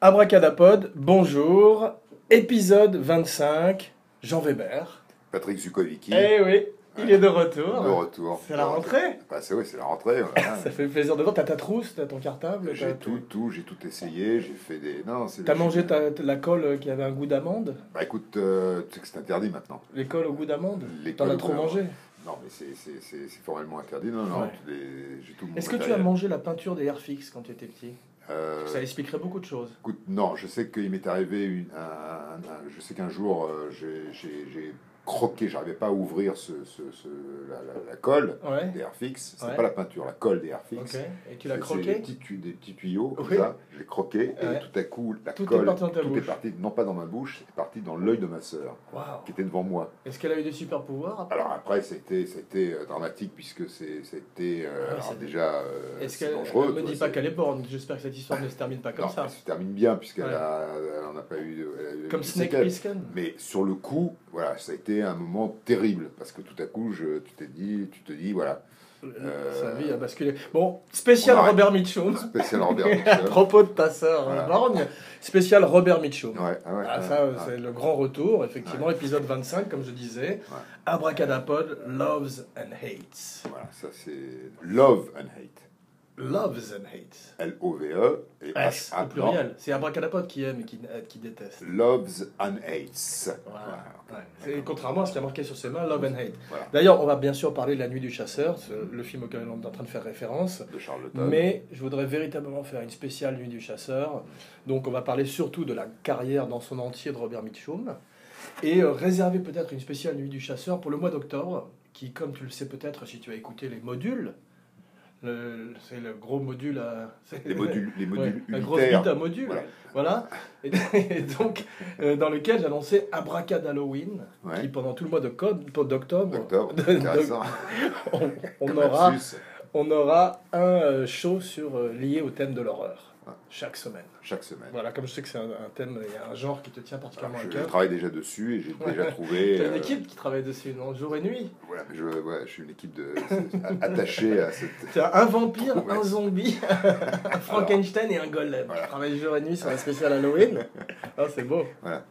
Abracadapod, bonjour, épisode 25, Jean Weber. Patrick Zukovicki, Eh oui, il Ouais. est de de retour. retour. C'est la De retour. rentrée Bah, c'est oui, c'est la rentrée. voilà. Ça fait plaisir de voir, t'as ta trousse, t'as ton cartable, t'as- j'ai tout, tout, j'ai tout essayé, j'ai fait des. Non, c'est. T'as j'ai- mangé ta- ta- la colle qui avait un goût d'amande Bah écoute, euh, tu sais que c'est interdit maintenant. Les cols au goût d'amande Les T'en as cols trop au goût mangé Non, mais c'est, c'est, c'est, c'est formellement interdit. Non, non, Ouais. tous les- j'ai tout mon Est-ce que tu as matériel. mangé la peinture des Airfix quand tu étais petit Euh, Ça expliquerait beaucoup de choses. Écoute, non, je sais qu'il m'est arrivé une, un, un- un- je sais qu'un jour euh, j'ai, j'ai, j'ai croqué, j'arrivais pas à ouvrir ce, ce, ce, la, la- la colle Ouais, des Airfix, c'est Ouais. pas la peinture, la colle des Airfix. ok. Et tu l'as C'est- c'est Des croqué petits, tu- des petits tuyaux, comme Oui. ça, je l'ai croqué, Ouais. et tout à coup, la Tout est colle, parti dans ta tout bouche. est parti, non pas dans ma bouche, c'est parti dans l'œil de ma sœur, Waouh qui était devant moi. Est-ce qu'elle a eu des super pouvoirs après Alors après, c'était c'était euh, dramatique, puisque c'est- c'était euh, Ah ouais, alors c'est- déjà euh, Est-ce c'est qu'elle dangereux. ne me tu dit vois, pas qu'elle est borne J'espère que cette histoire ne se termine pas c'est- comme non, ça. elle se termine bien, puisqu'elle Ouais. a- elle en a pas eu... elle a eu Comme des Snake séquelles. Plissken Mais sur le coup, voilà, ça a été un moment terrible, parce que tout à coup, je, tu t'es dit, tu te dis, voilà, Euh, Sa vie a basculé. Bon, spécial on arrête. Robert Mitchum. spécial Robert À Mitchell. propos de ta sœur hein, Voilà. borgne, spécial Robert Mitchum. Ouais, ah ouais, Ah, ouais, ça, euh, ouais. c'est le grand retour, effectivement, épisode 25, comme je disais. Ouais. Abracadapod loves and hates. Voilà, ça c'est Love and Hate. Loves and hates. L-O-V-E E et S, H-A. au pluriel. C'est Abracadapod qui aime et qui, euh, qui déteste. Loves and Hates. Voilà. Ouais. C'est contrairement à ce qui a marqué sur ses mains, Love and Hate. Voilà. D'ailleurs, on va bien sûr parler de La Nuit du Chasseur, ce- le film auquel on est en train de faire référence. De Charlottetown. Mais je voudrais véritablement faire une spéciale Nuit du Chasseur. Donc on va parler surtout de la carrière dans son entier de Robert Mitchum. Et euh, réserver peut-être une spéciale Nuit du Chasseur pour le mois d'octobre, qui, comme tu le sais peut-être si tu as écouté les modules, le- c'est le gros module à... c'est- Les modules, les Ouais, modules la grosse unitaires. bite à module. Voilà. Voilà. Et, et donc, euh, dans lequel j'annonçais Abracad Halloween, Ouais. qui pendant tout le mois de co- d'octobre, Octobre, de- intéressant. on, euh, on Comme aura lapsus. on aura un euh, show sur, euh, lié au thème de l'horreur Ouais. chaque semaine. Chaque semaine. Voilà, comme je sais que c'est un, un thème et un genre qui te tient particulièrement Alors, Ah, je, à je cœur. travaille déjà dessus et j'ai Ouais. déjà trouvé. Tu as une euh, équipe qui travaille dessus, non Jour et nuit voilà, je, ouais, je suis une équipe de, c'est- attachée à cette. Tu as un vampire, Ouais. un zombie, un Frankenstein et un golem. Voilà. Tu travailles jour et nuit sur la spéciale Halloween. Ah, c'est beau. Voilà.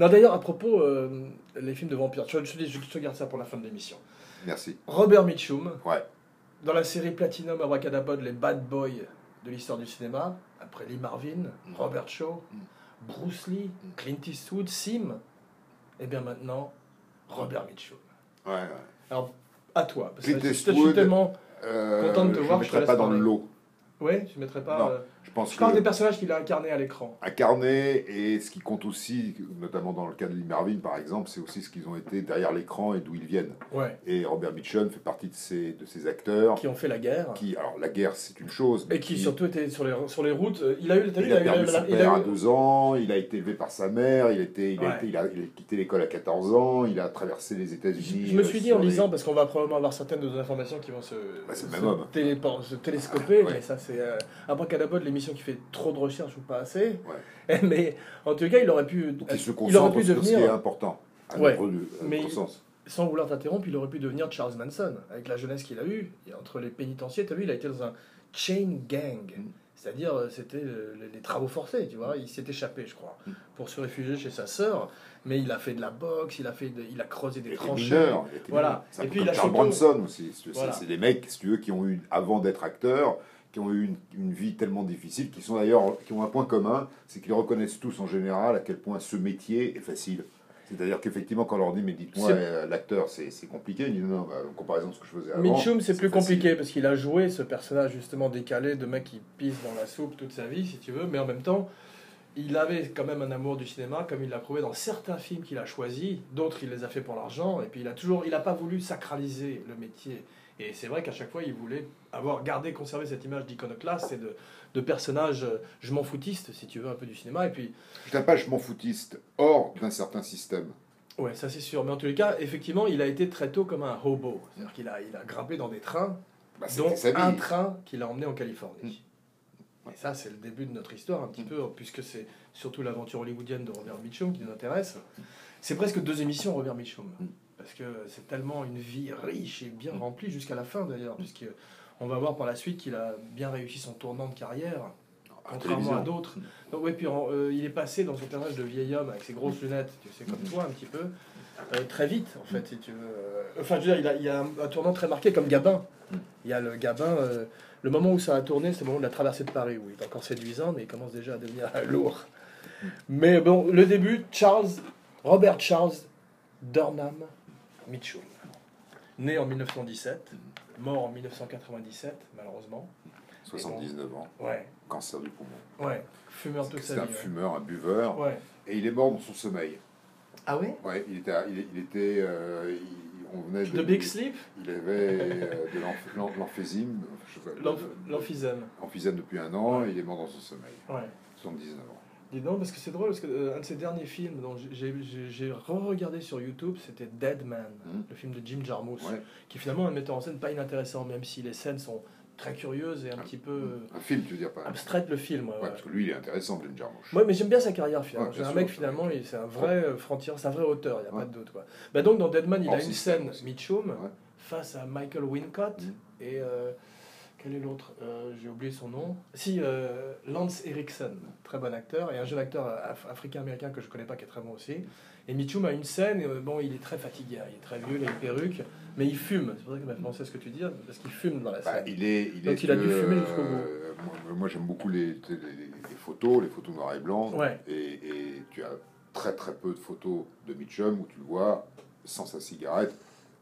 Non, d'ailleurs, à propos, euh, les films de vampires, je, je, je te garde ça pour la fin de l'émission. Merci. Robert Mitchum, Ouais. dans la série Platinum Abracadabod, les bad boys de l'histoire du cinéma, après Lee Marvin, Mm. Robert Shaw, Mm. Bruce Lee, Mm. Clint Eastwood, Sim, et bien maintenant, Robert Mitchum. Ouais, ouais. Alors, à toi, parce que Clint je- je suis Eastwood. tellement... Euh, Content de te je voir, ne je te mettrai laisse pas dans parler. le lot. Ouais, je mettrais pas... Non. euh, Je pense Je parle que- des personnages qu'il a incarnés à l'écran. incarné et ce qui compte aussi, notamment dans le cas de Lee Marvin par exemple, c'est aussi ce qu'ils ont été derrière l'écran et d'où ils viennent. Ouais. Et Robert Mitchum fait partie de ces, de ces acteurs Qui ont fait la guerre. qui, alors la guerre c'est une chose, mais Et qui surtout étaient sur les, sur les routes. euh, Il a eu... t'as vu, il a eu perdu la- son il a père eu- à deux ans, il a été élevé par sa mère, il, était, il, Ouais. a, été- il, a, il a quitté l'école à 14 ans, il a traversé les Je, États-Unis. je me suis euh, dit en sur les- lisant, parce qu'on va probablement avoir certaines de nos informations qui vont se, c'est le se même homme. Ah, télépor- se télescoper, Ouais. mais ça c'est euh, abracadabra de l'émission qui fait trop de recherches ou pas assez. Mais en tout cas, il aurait pu, qui il se aurait concentre pu sur ce qui est devenir, important, à Ouais. notre, à notre Mais- sens. sans vouloir t'interrompre, il aurait pu devenir Charles Manson, avec la jeunesse qu'il a eue, et entre les pénitenciers, t'as vu, il a été dans un chain gang. Mm. C'est-à-dire, euh, c'était euh, les, les travaux forcés, tu vois. Il s'est échappé, je crois, Mm. pour se réfugier chez sa sœur. Mais il a fait de la boxe, il a, fait de- il a creusé Il des était tranchées. mineur, il était Voilà. mineur. C'est un Et peu puis, comme il a Charles surtout- Bronson aussi. C'est- c'est- Voilà. C'est des mecs, si tu veux, qui ont eu, avant d'être acteurs, qui ont eu une, une vie tellement difficile, qui sont d'ailleurs, qui ont un point commun, c'est qu'ils reconnaissent tous en général à quel point ce métier est facile. C'est-à-dire qu'effectivement, quand on leur dit, mais dites-moi, C'est- euh, l'acteur, c'est c'est compliqué, ils disent, non, bah, en comparaison de ce que je faisais avant. Mitchum, c'est plus facile. compliqué parce qu'il a joué ce personnage justement décalé de mec qui pisse dans la soupe toute sa vie, si tu veux, mais en même temps, il avait quand même un amour du cinéma, comme il l'a prouvé dans certains films qu'il a choisis, d'autres il les a fait pour l'argent, et puis il a toujours, il n'a pas voulu sacraliser le métier. Et c'est vrai qu'à chaque fois, il voulait avoir gardé, conservé cette image d'iconoclaste et de, de personnage, euh, je m'en foutiste, si tu veux, un peu du cinéma. Et puis, Je n'ai pas, je m'en foutiste, hors d'un certain système. Ouais, ça c'est sûr. Mais en tous les cas, effectivement, il a été très tôt comme un hobo. C'est-à-dire qu'il a, il a grimpé dans des trains Bah, c'était dont sa vie. un train qui l'a emmené en Californie. Mm. Et ça, c'est le début de notre histoire, un petit Mm. peu, puisque c'est surtout l'aventure hollywoodienne de Robert Mitchum qui nous intéresse. C'est presque deux émissions, Robert Mitchum, Mm. parce que c'est tellement une vie riche et bien Mm. remplie jusqu'à la fin, d'ailleurs, puisque on va voir par la suite qu'il a bien réussi son tournant de carrière. contrairement à télévision. d'autres. Donc, ouais, puis en- euh, il est passé dans son personnage de vieil homme avec ses grosses lunettes, tu sais, comme toi un petit peu, euh, très vite en fait, si tu veux. Euh, Enfin, je veux dire, il a, il y a un, un tournant très marqué comme Gabin. Il y a le Gabin, euh, le moment où ça a tourné, c'est le moment de la traversée de Paris, où il est encore séduisant, mais il commence déjà à devenir lourd. Mais bon, le début, Charles, Robert Charles Dornham Mitchell, né en 1917, mort en 1997, malheureusement. 79 ans, Ouais, cancer du poumon. ouais, fumeur toute sa vie. C'est un fumeur, un buveur. ouais. Ouais. Et il est mort dans son sommeil. Ah ouais Ouais, il était. à- Il, il était euh, il- on venait de. De Big Sleep Il avait euh, de l'emph- l'em- l'emphysème. je sais pas, de- L'emph- L'emphysème. emphysème depuis un an, et il est mort dans son sommeil. Ouais. 79 ans. Dis donc, parce que c'est drôle, parce que euh, un de ses derniers films dont j'ai- j'ai j'ai- j'ai re-regardé sur YouTube, c'était Dead Man, Mhm. le film de Jim Jarmusch, Ouais. qui est finalement un metteur en scène pas inintéressant, même si les scènes sont très curieuses et un petit peu euh, Un film, tu veux dire pas abstraites le film. ouais, Ouais, ouais. parce que lui, il est intéressant, Jim Jarmusch. Ouais, mais j'aime bien sa carrière finalement. Ouais, c'est bien un sûr, mec c'est finalement, vrai. il- c'est un vrai euh, frontière, c'est un vrai auteur, il n'y a Ouais. Oh, pas de doute. Quoi. Bah, donc dans Deadman, il Hors a une système scène, aussi. Mitchum, Ouais. face à Michael Wincott Mhm. et euh, quel est l'autre Euh, J'ai oublié son nom. Si, euh, Lance Erickson, très bon acteur, et un jeune acteur euh, af- africain-américain que je connais pas qui est très bon aussi. Et Mitchum a une scène, et, euh, bon, il est très fatigué, hein, il est très vieux, il a une perruque, mais il fume. C'est pour ça que m'a pensé à ce que tu dis, parce qu'il fume dans la Bah, scène. il est, il Donc est il a dû que, fumer jusqu'au euh, moi, moi, j'aime beaucoup les, les- les- les photos, les photos noires et blancs. Ouais. Et, et tu as très très peu de photos de Mitchum où tu le vois sans sa cigarette,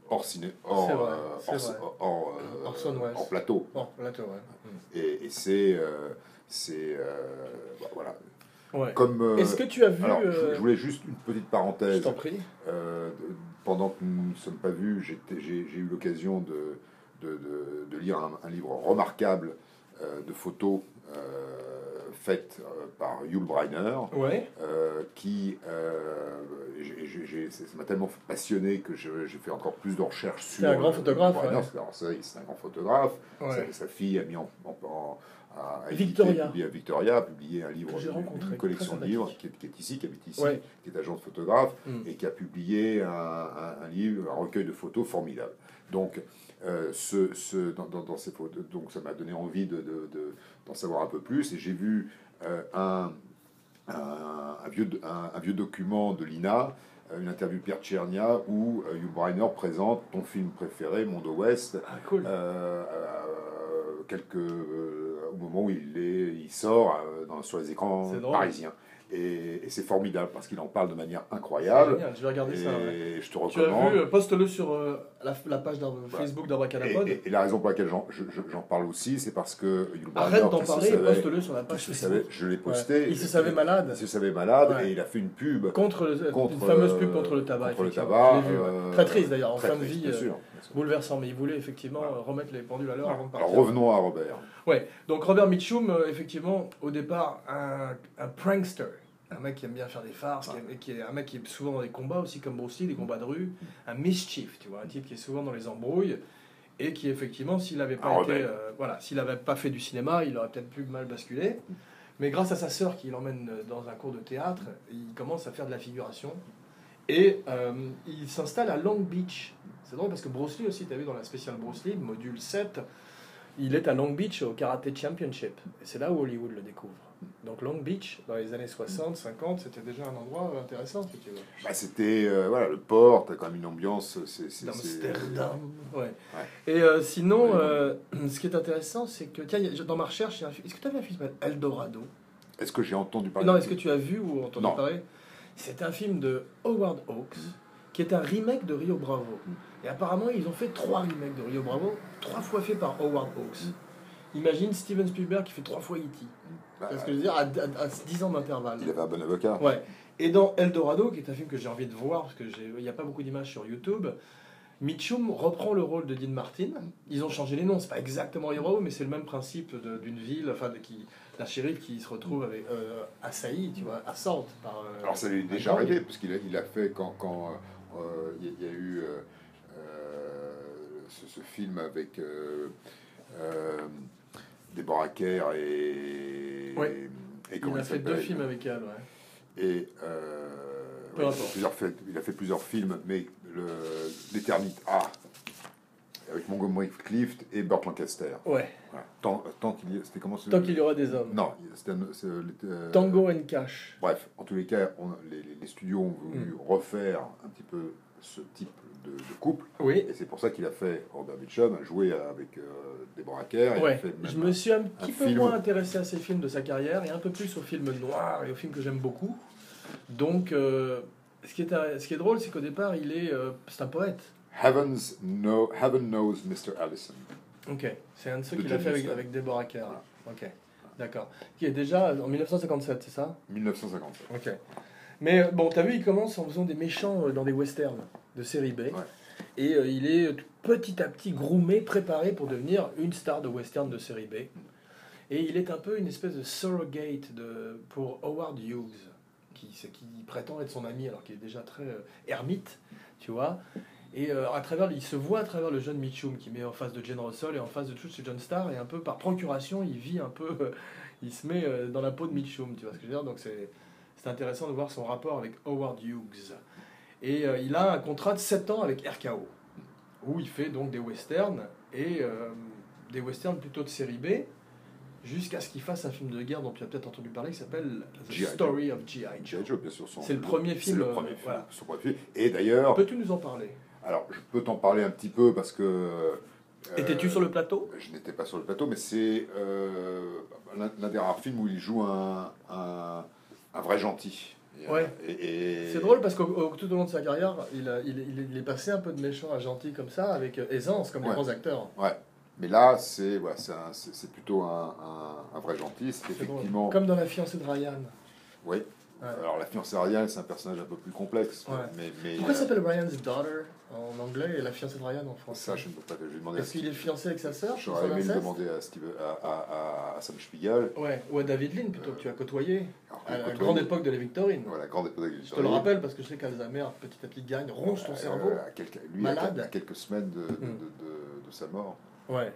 hors, ciné, hors, C'est vrai, euh, c'est hors- vrai. hors, euh, Orson Welles. hors plateau. Bon, là, tu vois, ouais. Et, et c'est, euh, c'est, euh, bah, voilà. Mm. Ouais. Comme. euh, Est-ce que tu as vu. alors, je- euh, je voulais juste une petite je parenthèse. t'en prie. Euh, pendant que nous ne sommes pas vus, j'étais- j'ai j'ai eu l'occasion de, de, de- de lire un, un livre remarquable euh, de photos euh, faites euh, par Yul Brynner, Ouais. euh, qui euh, j'ai- j'ai- j'ai- c'est- ça m'a tellement passionné que je- j'ai fait encore plus de recherches sur. un grand euh, photographe, Brynner. ouais. C'est- alors, c'est c'est un grand photographe. Ouais. Sa, sa fille a mis en, en- en- a- a Victoria. édité, publié à Victoria, a publié un livre, Que j'ai une- rencontré, une collection très de livres sympathique. qui est, qui est ici, qui habite ici, Ouais. qui est agent de photographe Mm. et qui a publié un, un- un livre, un recueil de photos formidable. Donc, euh, ce, ce- dans, dans- dans ces photos, donc ça m'a donné envie de, de- de- d'en savoir un peu plus et j'ai vu euh, un, un- un vieux, un, un vieux document de l'INA. euh, Une interview de Pierre Tchernia où euh, Hugh Brynner présente ton film préféré, Monde Ouest, Ah, cool. euh, euh, quelques, euh, au moment où il, est, il sort euh, dans- sur les écrans C'est drôle. parisiens. Et, et c'est formidable parce qu'il en parle de manière C'est incroyable. Ah, génial, je vais regarder et ça. ouais. je te Tu as recommande. vu, euh, poste-le sur euh, la, la page d'Ar- Facebook et, d'Abracadapod. et- et la raison pour laquelle j'en je- je- j'en parle aussi, c'est parce bah, que Yul Arrête Brynner, d'en qui se parler et savait- poste-le sur la qui page se Facebook. savait- je l'ai Ouais. posté. Il se savait malade. Il se savait malade Ouais. et il a fait une pub Contre, le- contre une fameuse euh, pub contre le tabac. contre le effectivement. tabac, Je l'ai vu, ouais. euh, Très triste d'ailleurs, en très fin de triste, vie. bien euh, sûr, bien sûr. Bouleversant, mais il voulait effectivement Voilà. euh, remettre les pendules à l'heure avant de Alors partir. revenons à Robert. Ouais, donc Robert Mitchum, euh, effectivement, au départ, un, un prankster. Un mec qui aime bien faire des farces, qui, aime- qui est un mec qui est souvent dans les combats aussi, comme Bruce Lee, des combats de rue. Un mischief, tu vois, un type qui est souvent dans les embrouilles. Et qui, effectivement, s'il n'avait Un pas, été, rebelle. euh, voilà, s'il avait pas fait du cinéma, il aurait peut-être pu mal basculer. Mais grâce à sa sœur qui l'emmène euh, dans un cours de théâtre, il commence à faire de la figuration. Et euh, il s'installe à Long Beach. C'est drôle parce que Bruce Lee aussi, tu as vu dans la spéciale Bruce Lee, module 7, il est à Long Beach au Karate Championship. Et c'est là où Hollywood le découvre. Donc Long Beach, dans les années 60, 50, c'était déjà un endroit intéressant, si tu veux. Bah, C'était euh, voilà, le port, t'as quand même une ambiance. euh, c'est- c'est- c'est- D'Amsterdam. Ouais. Et euh, sinon, Ouais. euh, ce qui est intéressant, c'est que. Tiens, il y a- dans ma recherche, il y a un film- est-ce que tu as vu un film qui s'appelle Eldorado Est-ce que j'ai entendu parler Non, de- est-ce que tu as vu ou entendu Non. Mm. parler C'est un film de Howard Hawks, qui est un remake de Rio Bravo. Et apparemment, ils ont fait trois remakes de Rio Bravo, trois fois faits par Howard Hawks. Mm. Imagine Steven Spielberg qui fait trois fois E E.T. Bah, C'est ce que je veux dire, à, à- à 10 ans d'intervalle. Il avait un bon avocat. Ouais. Et dans Eldorado, qui est un film que j'ai envie de voir, parce qu'il n'y a pas beaucoup d'images sur YouTube, Mitchum reprend le rôle de Dean Martin. Ils ont changé les noms, c'est pas exactement Hero, mais c'est le même principe de- d'une ville, enfin, de, qui, d'un shérif qui se retrouve avec, euh, assailli, tu vois, assault par. euh, Alors ça lui est un déjà gang. arrivé, parce qu'il a, il a fait quand il quand, euh, euh, il y, a- il y a eu euh, euh, ce, ce film avec euh, euh, Deborah Kerr et... Ouais. Et Il comment a fait deux s'appelle Euh, films avec elle, ouais. Et euh, Peu ouais, importe. plusieurs fait- il a fait plusieurs films, mais le- l'éternité. Ah, avec Montgomery Clift et Burt Lancaster. Ouais. Voilà. Tant, tant qu'il y, c'était comment ce- Tant qu'il y aura des hommes. Non, c'était un- c'est, euh, Tango and Cash. Bref, en tous les cas, on- les, les- les studios ont voulu Mm. refaire un petit peu ce type de, de couple, Oui. et c'est pour ça qu'il a fait Robert Mitchum, a joué avec euh, Deborah Kerr, et a Ouais. fait même hein. Je me suis un petit peu film. moins intéressé à ces films de sa carrière et un peu plus aux films noirs et aux films que j'aime beaucoup. Donc, euh, ce, qui est, un- ce qui est drôle, c'est qu'au départ, il est, euh, c'est un poète. Heaven's Know- Heaven Knows Mr. Allison. Ok, c'est un de ceux De qu'il a John fait avec, Huston. avec Deborah Kerr. là. Ok, d'accord. Qui est déjà en 1957, c'est ça 1957. Ok. Mais euh, bon, t'as vu, il commence en faisant des méchants euh, dans des westerns de série B. Et euh, il est tout petit à petit groomé, préparé pour devenir une star de western de série B. Et il est un peu une espèce de surrogate de, pour Howard Hughes, qui, c'est- qui prétend être son ami alors qu'il est déjà très euh, ermite, tu vois. Et euh, à travers, il se voit à travers le jeune Mitchum qui met en face de Jane Russell et en face de tout ce John Starr. Et un peu par procuration, il vit un peu, euh, il se met euh, dans la peau de Mitchum, tu vois ce que je veux dire. Donc c'est, c'est intéressant de voir son rapport avec Howard Hughes. Et euh, il a un contrat de 7 ans avec RKO, où il fait donc des westerns, et euh, des westerns plutôt de série B, jusqu'à ce qu'il fasse un film de guerre dont tu as peut-être entendu parler, qui s'appelle The G.I. Joe. Story of G.I. Joe. G.I. Joe, bien sûr. son- C'est le premier film, C'est le euh, premier film, voilà. son premier film. Et d'ailleurs, Peux-tu nous en parler alors je peux t'en parler un petit peu parce que. euh, Étais-tu sur le plateau Je n'étais pas sur le plateau, mais c'est euh, l'un l'un des rares films où il joue un, un, un vrai gentil. Et, euh, Ouais. et- et- C'est drôle parce que tout au long de sa carrière, il, a- il- il- il est passé un peu de méchant à gentil comme ça, avec euh, aisance, comme les Ouais. grands acteurs. Mais là, c'est voilà, c'est un- c'est- c'est plutôt un, un- un vrai gentil. C'est C'est drôle. effectivement. Comme dans La fiancée de Ryan. Oui. Ouais. Alors, la fiancée Ariane, c'est un personnage un peu plus complexe. Ouais. Mais, mais, Pourquoi euh, ça s'appelle Ryan's Daughter en anglais et La fiancée de Ryan en français Ça, je ne peux pas. Je vais demander à Parce qu'il est fiancé avec sa sœur c'est J'aurais son aimé le inceste demander à, Steve, à, à- à- à Sam Spiegel. Ouais, ou à David Lynn plutôt, que tu as côtoyé Alors, à la écoute, grande oui, époque de la Victorine. Voilà, grande époque. Je te le rappelle parce que je sais qu'Alzheimer, petit à petit, gagne, ronge Euh, ton cerveau. à quelques, lui, à Malade. quelques- à quelques semaines de, de- Hmm. de- de- de sa mort. Ouais,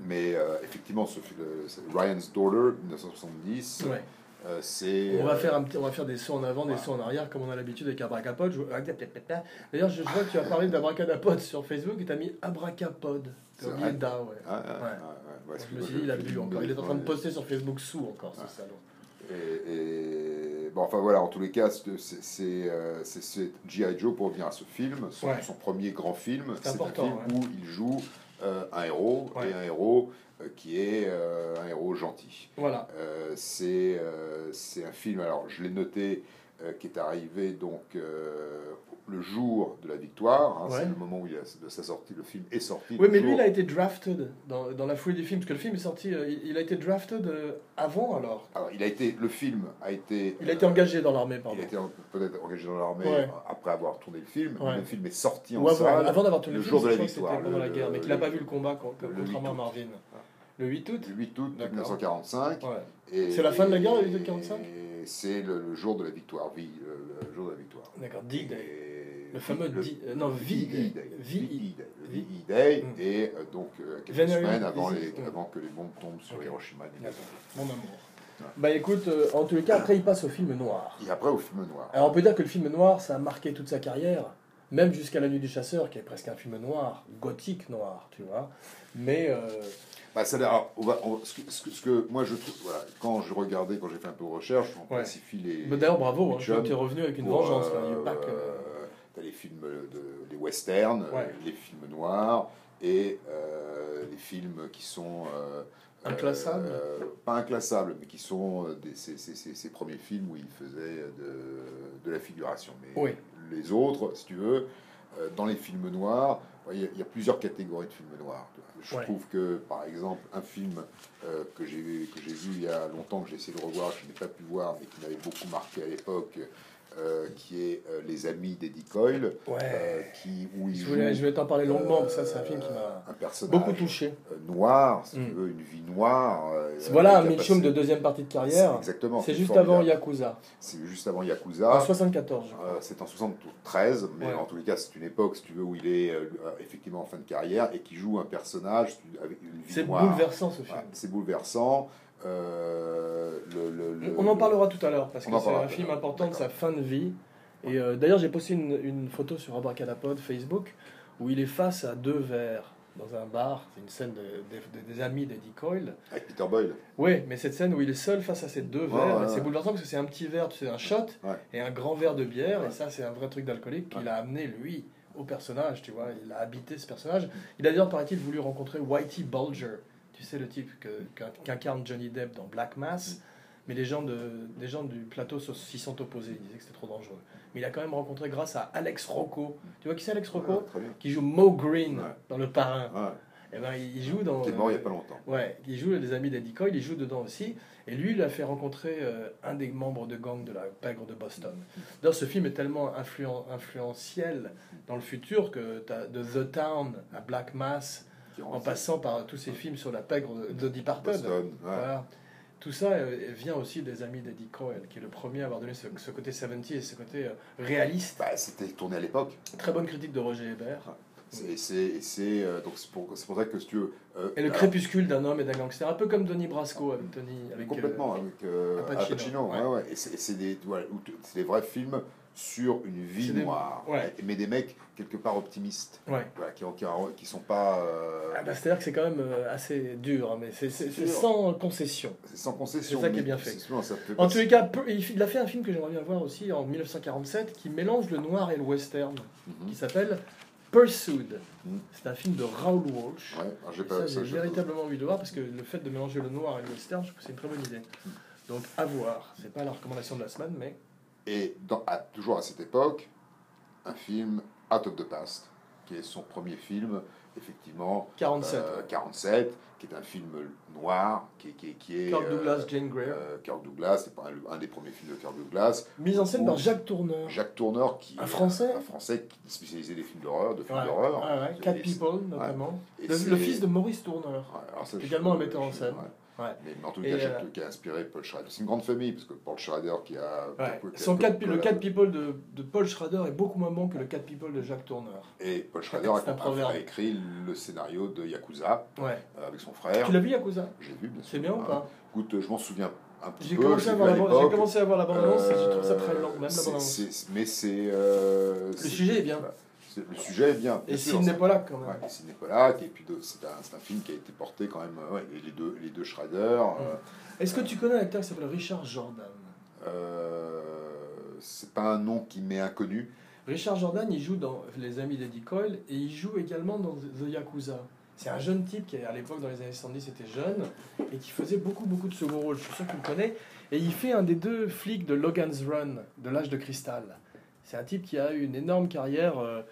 Mais euh, effectivement, ce, film, euh, c'est Ryan's Daughter, 1970, ouais. euh, c'est. On euh, va, faire un petit, on va faire des sauts en avant, des voilà. sauts en arrière, comme on a l'habitude avec Abracapod. Je- D'ailleurs, je je vois que tu as parlé d'Abracadapod sur Facebook et tu as mis Abracapod. T'as C'est oublié vrai Da, ouais. ah, ah, Ouais. ah, ouais, ouais, Je me suis dit, il a je- bu je- encore. Il est en train de ouais. poster sur Facebook sous encore, ce Ouais. salaud. Et, et- bon, enfin voilà, en tous les cas, c'est- c'est c'est, euh, c'est- c'est G.I. Joe pour venir à ce film, son, Ouais. son premier grand film. C'est important, un film où il joue euh, un héros, Ouais. et un héros euh, qui est euh, un héros gentil. Voilà. Euh, c'est euh, c'est un film, alors je l'ai noté, euh, qui est arrivé donc euh, le jour de la victoire, hein, Ouais. c'est le moment où il a- de sa sortie, le film est sorti. Oui, le mais lui, jour- il a été drafted dans, dans la foulée du film, parce que le film est sorti, euh, il, il a été drafted euh, avant alors. alors, il a été, le film a été. Il a été euh, engagé dans l'armée, pardon. Il a été en- peut-être engagé dans l'armée Ouais. après avoir tourné le film. Ouais. Le film est sorti en Ou avant, salle avant d'avoir tourné le film, jour je de la crois que c'était victoire, pendant le- la guerre, mais le- qu'il n'a pas vu le combat, con- le contrairement à 8 août. Ah. Marvin. Le 8 août le 8 août D'accord. 1945. Ouais. et- C'est la fin de la guerre, le 8 août et- 45? et C'est le, le jour de la victoire, vie, le, le jour de la victoire. D'accord, D-Day. Et- Le fameux D- euh, non, VE V-Day. Day. VE. VE Day. Le VE Day, Mm. et euh, donc euh, quelques Veneering semaines avant, disease. les- Mm. avant que les bombes tombent sur Ok. Hiroshima et Nagasaki. D'accord. Mon amour. Ouais. Bah écoute, euh, en tous les cas, après, il passe au film noir. Et après, au film noir. Alors on peut dire que le film noir, ça a marqué toute sa carrière, même jusqu'à La Nuit du Chasseur, qui est presque un film noir, gothique noir, tu vois. Mais euh, Bah, ça, alors, on va, on va- ce, que, ce que- ce que moi je trouve, voilà, quand je regardais, quand j'ai fait un peu de recherche, on Ouais. classifie les. Bah, D'ailleurs, bravo, hein, tu Mitchum es revenu avec une pour, vengeance. là, euh, you back, euh, T'as les films de, les westerns, euh, Ouais. les films noirs et euh, les films qui sont euh, Inclassables. euh, pas inclassables, mais qui sont euh, des, ces, ces- ces- ces premiers films où il faisait de, de la figuration. Mais Oui. les autres, si tu veux, euh, dans les films noirs, ouais, il y, a- il y a plusieurs catégories de films noirs. tu vois. Je Ouais. trouve que, par exemple, un film euh, que j'ai que j'ai vu il y a longtemps, que j'ai essayé de revoir, que je n'ai pas pu voir, mais qui m'avait beaucoup marqué à l'époque, euh, qui est euh, Les Amis d'Eddie Coyle, euh, Ouais. qui, où il Je, joue voulais- je vais t'en parler longuement, euh, parce que ça, c'est un film qui m'a un personnage beaucoup touché. euh, noir, si tu Mm. veux, une vie noire. euh, Voilà un qui a Mitchum passé- de deuxième partie de C'est- carrière. Exactement. C'est c'est juste formidable. avant Yakuza, C'est juste avant en Yakuza. 74. je crois. Euh, c'est en 73, mais Ouais. en tous les cas, c'est une époque, si tu veux, où il est euh, effectivement en fin de carrière et qui joue un personnage si tu veux, avec une vie C'est noire. bouleversant ce film. Voilà, c'est bouleversant. Euh, le- le- le- On en le- parlera tout à l'heure, parce On que en c'est parlera un tout à film l'heure. important de sa D'accord. fin de vie. Et euh, d'ailleurs, j'ai posté une, une photo sur Abracadapod Facebook où il est face à deux verres dans un bar. C'est une scène de- de- des amis d'Eddie Coyle. Avec Peter Boyle. Oui, mais cette scène où il est seul face à ces deux Ouais, verres, ouais, et c'est ouais. bouleversant parce que c'est un petit verre, tu sais, un shot, Ouais. et un grand verre de bière, Ouais. et ça, c'est un vrai truc d'alcoolique qu'il Ouais. a amené, lui, au personnage, tu vois. Il a habité ce personnage. Il a d'ailleurs, paraît-il, voulu rencontrer Whitey Bulger, tu sais, le type que- qu'in- qu'incarne Johnny Depp dans Black Mm. Mass. Mais les gens, de, les gens du plateau se- s'y sont opposés, ils disaient que c'était trop dangereux. Mais il a quand même rencontré grâce à Alex Rocco. Tu vois qui c'est Alex Rocco Ouais, très bien. Qui joue Mo Green Ouais. dans Le Parrain. Ouais. Et ben, il il joue dans. Qui est mort il n'y a pas longtemps. Ouais, il joue les amis d'Eddie Coyle, il joue dedans aussi. Et lui, il a fait rencontrer euh, un des membres de gang de la pègre de Boston. D'ailleurs, ce film est tellement influen- influentiel dans le futur que t'as de The Town à Black Mass, Qui en rentre- passant par tous ces films sur la pègre de- de Deep Boston. ouais. Voilà. Tout ça euh, vient aussi des amis d'Eddie Coyle, qui est le premier à avoir donné ce, ce côté 70 et ce côté euh, réaliste. Bah, c'était tourné à l'époque. Très bonne critique de Roger Ebert. C'est c'est- c'est, euh, donc c'est pour, c'est pour ça que si tu veux. euh, Et le alors, crépuscule d'un homme et d'un gangster, un peu comme Donnie Brasco avec Tony. Avec, euh, Complètement, avec euh, Al Al Pacino, Pacino. ouais. ouais, ouais. Et c'est c'est des, voilà, où tu- c'est des vrais films sur une vie C'est des- noire. ouais. Mais des mecs, quelque part, optimistes. Ouais. Voilà, qui, ont- qui, ont- qui sont pas. euh, Ah bah, C'est-à-dire que c'est quand même euh, assez dur, hein, mais c'est c'est- C'est c'est dur. sans concession. c'est sans concession. C'est ça qui est mais bien fait. souvent, ça fait En pas- tous les cas, peu- il il a fait un film que j'aimerais bien voir aussi en 1947 qui mélange le noir et le western, Mhm. qui s'appelle Pursued. Mhm. C'est un film de Raoul Walsh. Ouais, alors j'ai Et ça, pas- ça, j'ai j'ai pas- véritablement envie de voir parce que le fait de mélanger le noir et le western, je trouve que c'est une très bonne idée. Donc à voir. C'est pas la recommandation de la semaine, mais Et dans, à- toujours à cette époque, un film Out of the Past, qui est son premier film, effectivement, 47. euh, 47, qui est un film noir, qui, qui, qui est. Kirk euh, Douglas, Jane Grey. euh, Kirk Douglas, c'est pas un, un des premiers films de Kirk Douglas. Mise en scène ou- par Jacques Tourneur. Jacques Tourneur, qui Un Français un Français qui spécialisait des films d'horreur, de films Ouais, d'horreur. Ah ouais, ouais, Et Cat c'est- People notamment. et Le, c'est- le fils de Maurice Tourneur. Ouais, alors ça, je- Également un metteur en je- scène. ouais. Ouais. Mais, mais en tout Et, cas, Jacques- euh, qui a inspiré Paul Schrader. C'est une grande famille, parce que Paul Schrader qui a. Ouais. qui a- Son qui a- cat- le 4 people de, de Paul Schrader est beaucoup moins bon que le 4 people de Jacques Tourneur. Et Paul Schrader a, C'est un proverbe. a écrit le scénario de Yakuza Ouais. euh, avec son frère. Tu l'as vu Yakuza J'ai vu, bien sûr. C'est bien ou Ah, pas Écoute, euh, je m'en souviens un petit J'ai peu. commencé, je à l'ai voir vu la à bande- j'ai l'époque. commencé à voir la bande-annonce et je trouve ça très Euh, lent, même la c'est- bande-annonce. c'est- Mais c'est. euh, Le c'est- sujet est bien. c'est- Le sujet est bien. Et bien sûr, s'il n'est c'est- pas là, quand même. Ouais, et Sidney Pollack, et puis de- c'est un, c'est un film qui a été porté quand même, euh, ouais, les, les deux, les deux Schrader. euh, Est-ce que tu connais un acteur qui s'appelle Richard Jordan euh, c'est pas un nom qui m'est inconnu. Richard Jordan, il joue dans Les Amis d'Eddie Coyle et il joue également dans The Yakuza. C'est un jeune type qui, à l'époque, dans les années 70, était jeune et qui faisait beaucoup, beaucoup de second rôle. Je suis sûr que tu le connais. Et il fait un des deux flics de Logan's Run, de l'âge de cristal. C'est un type qui a eu une énorme carrière euh,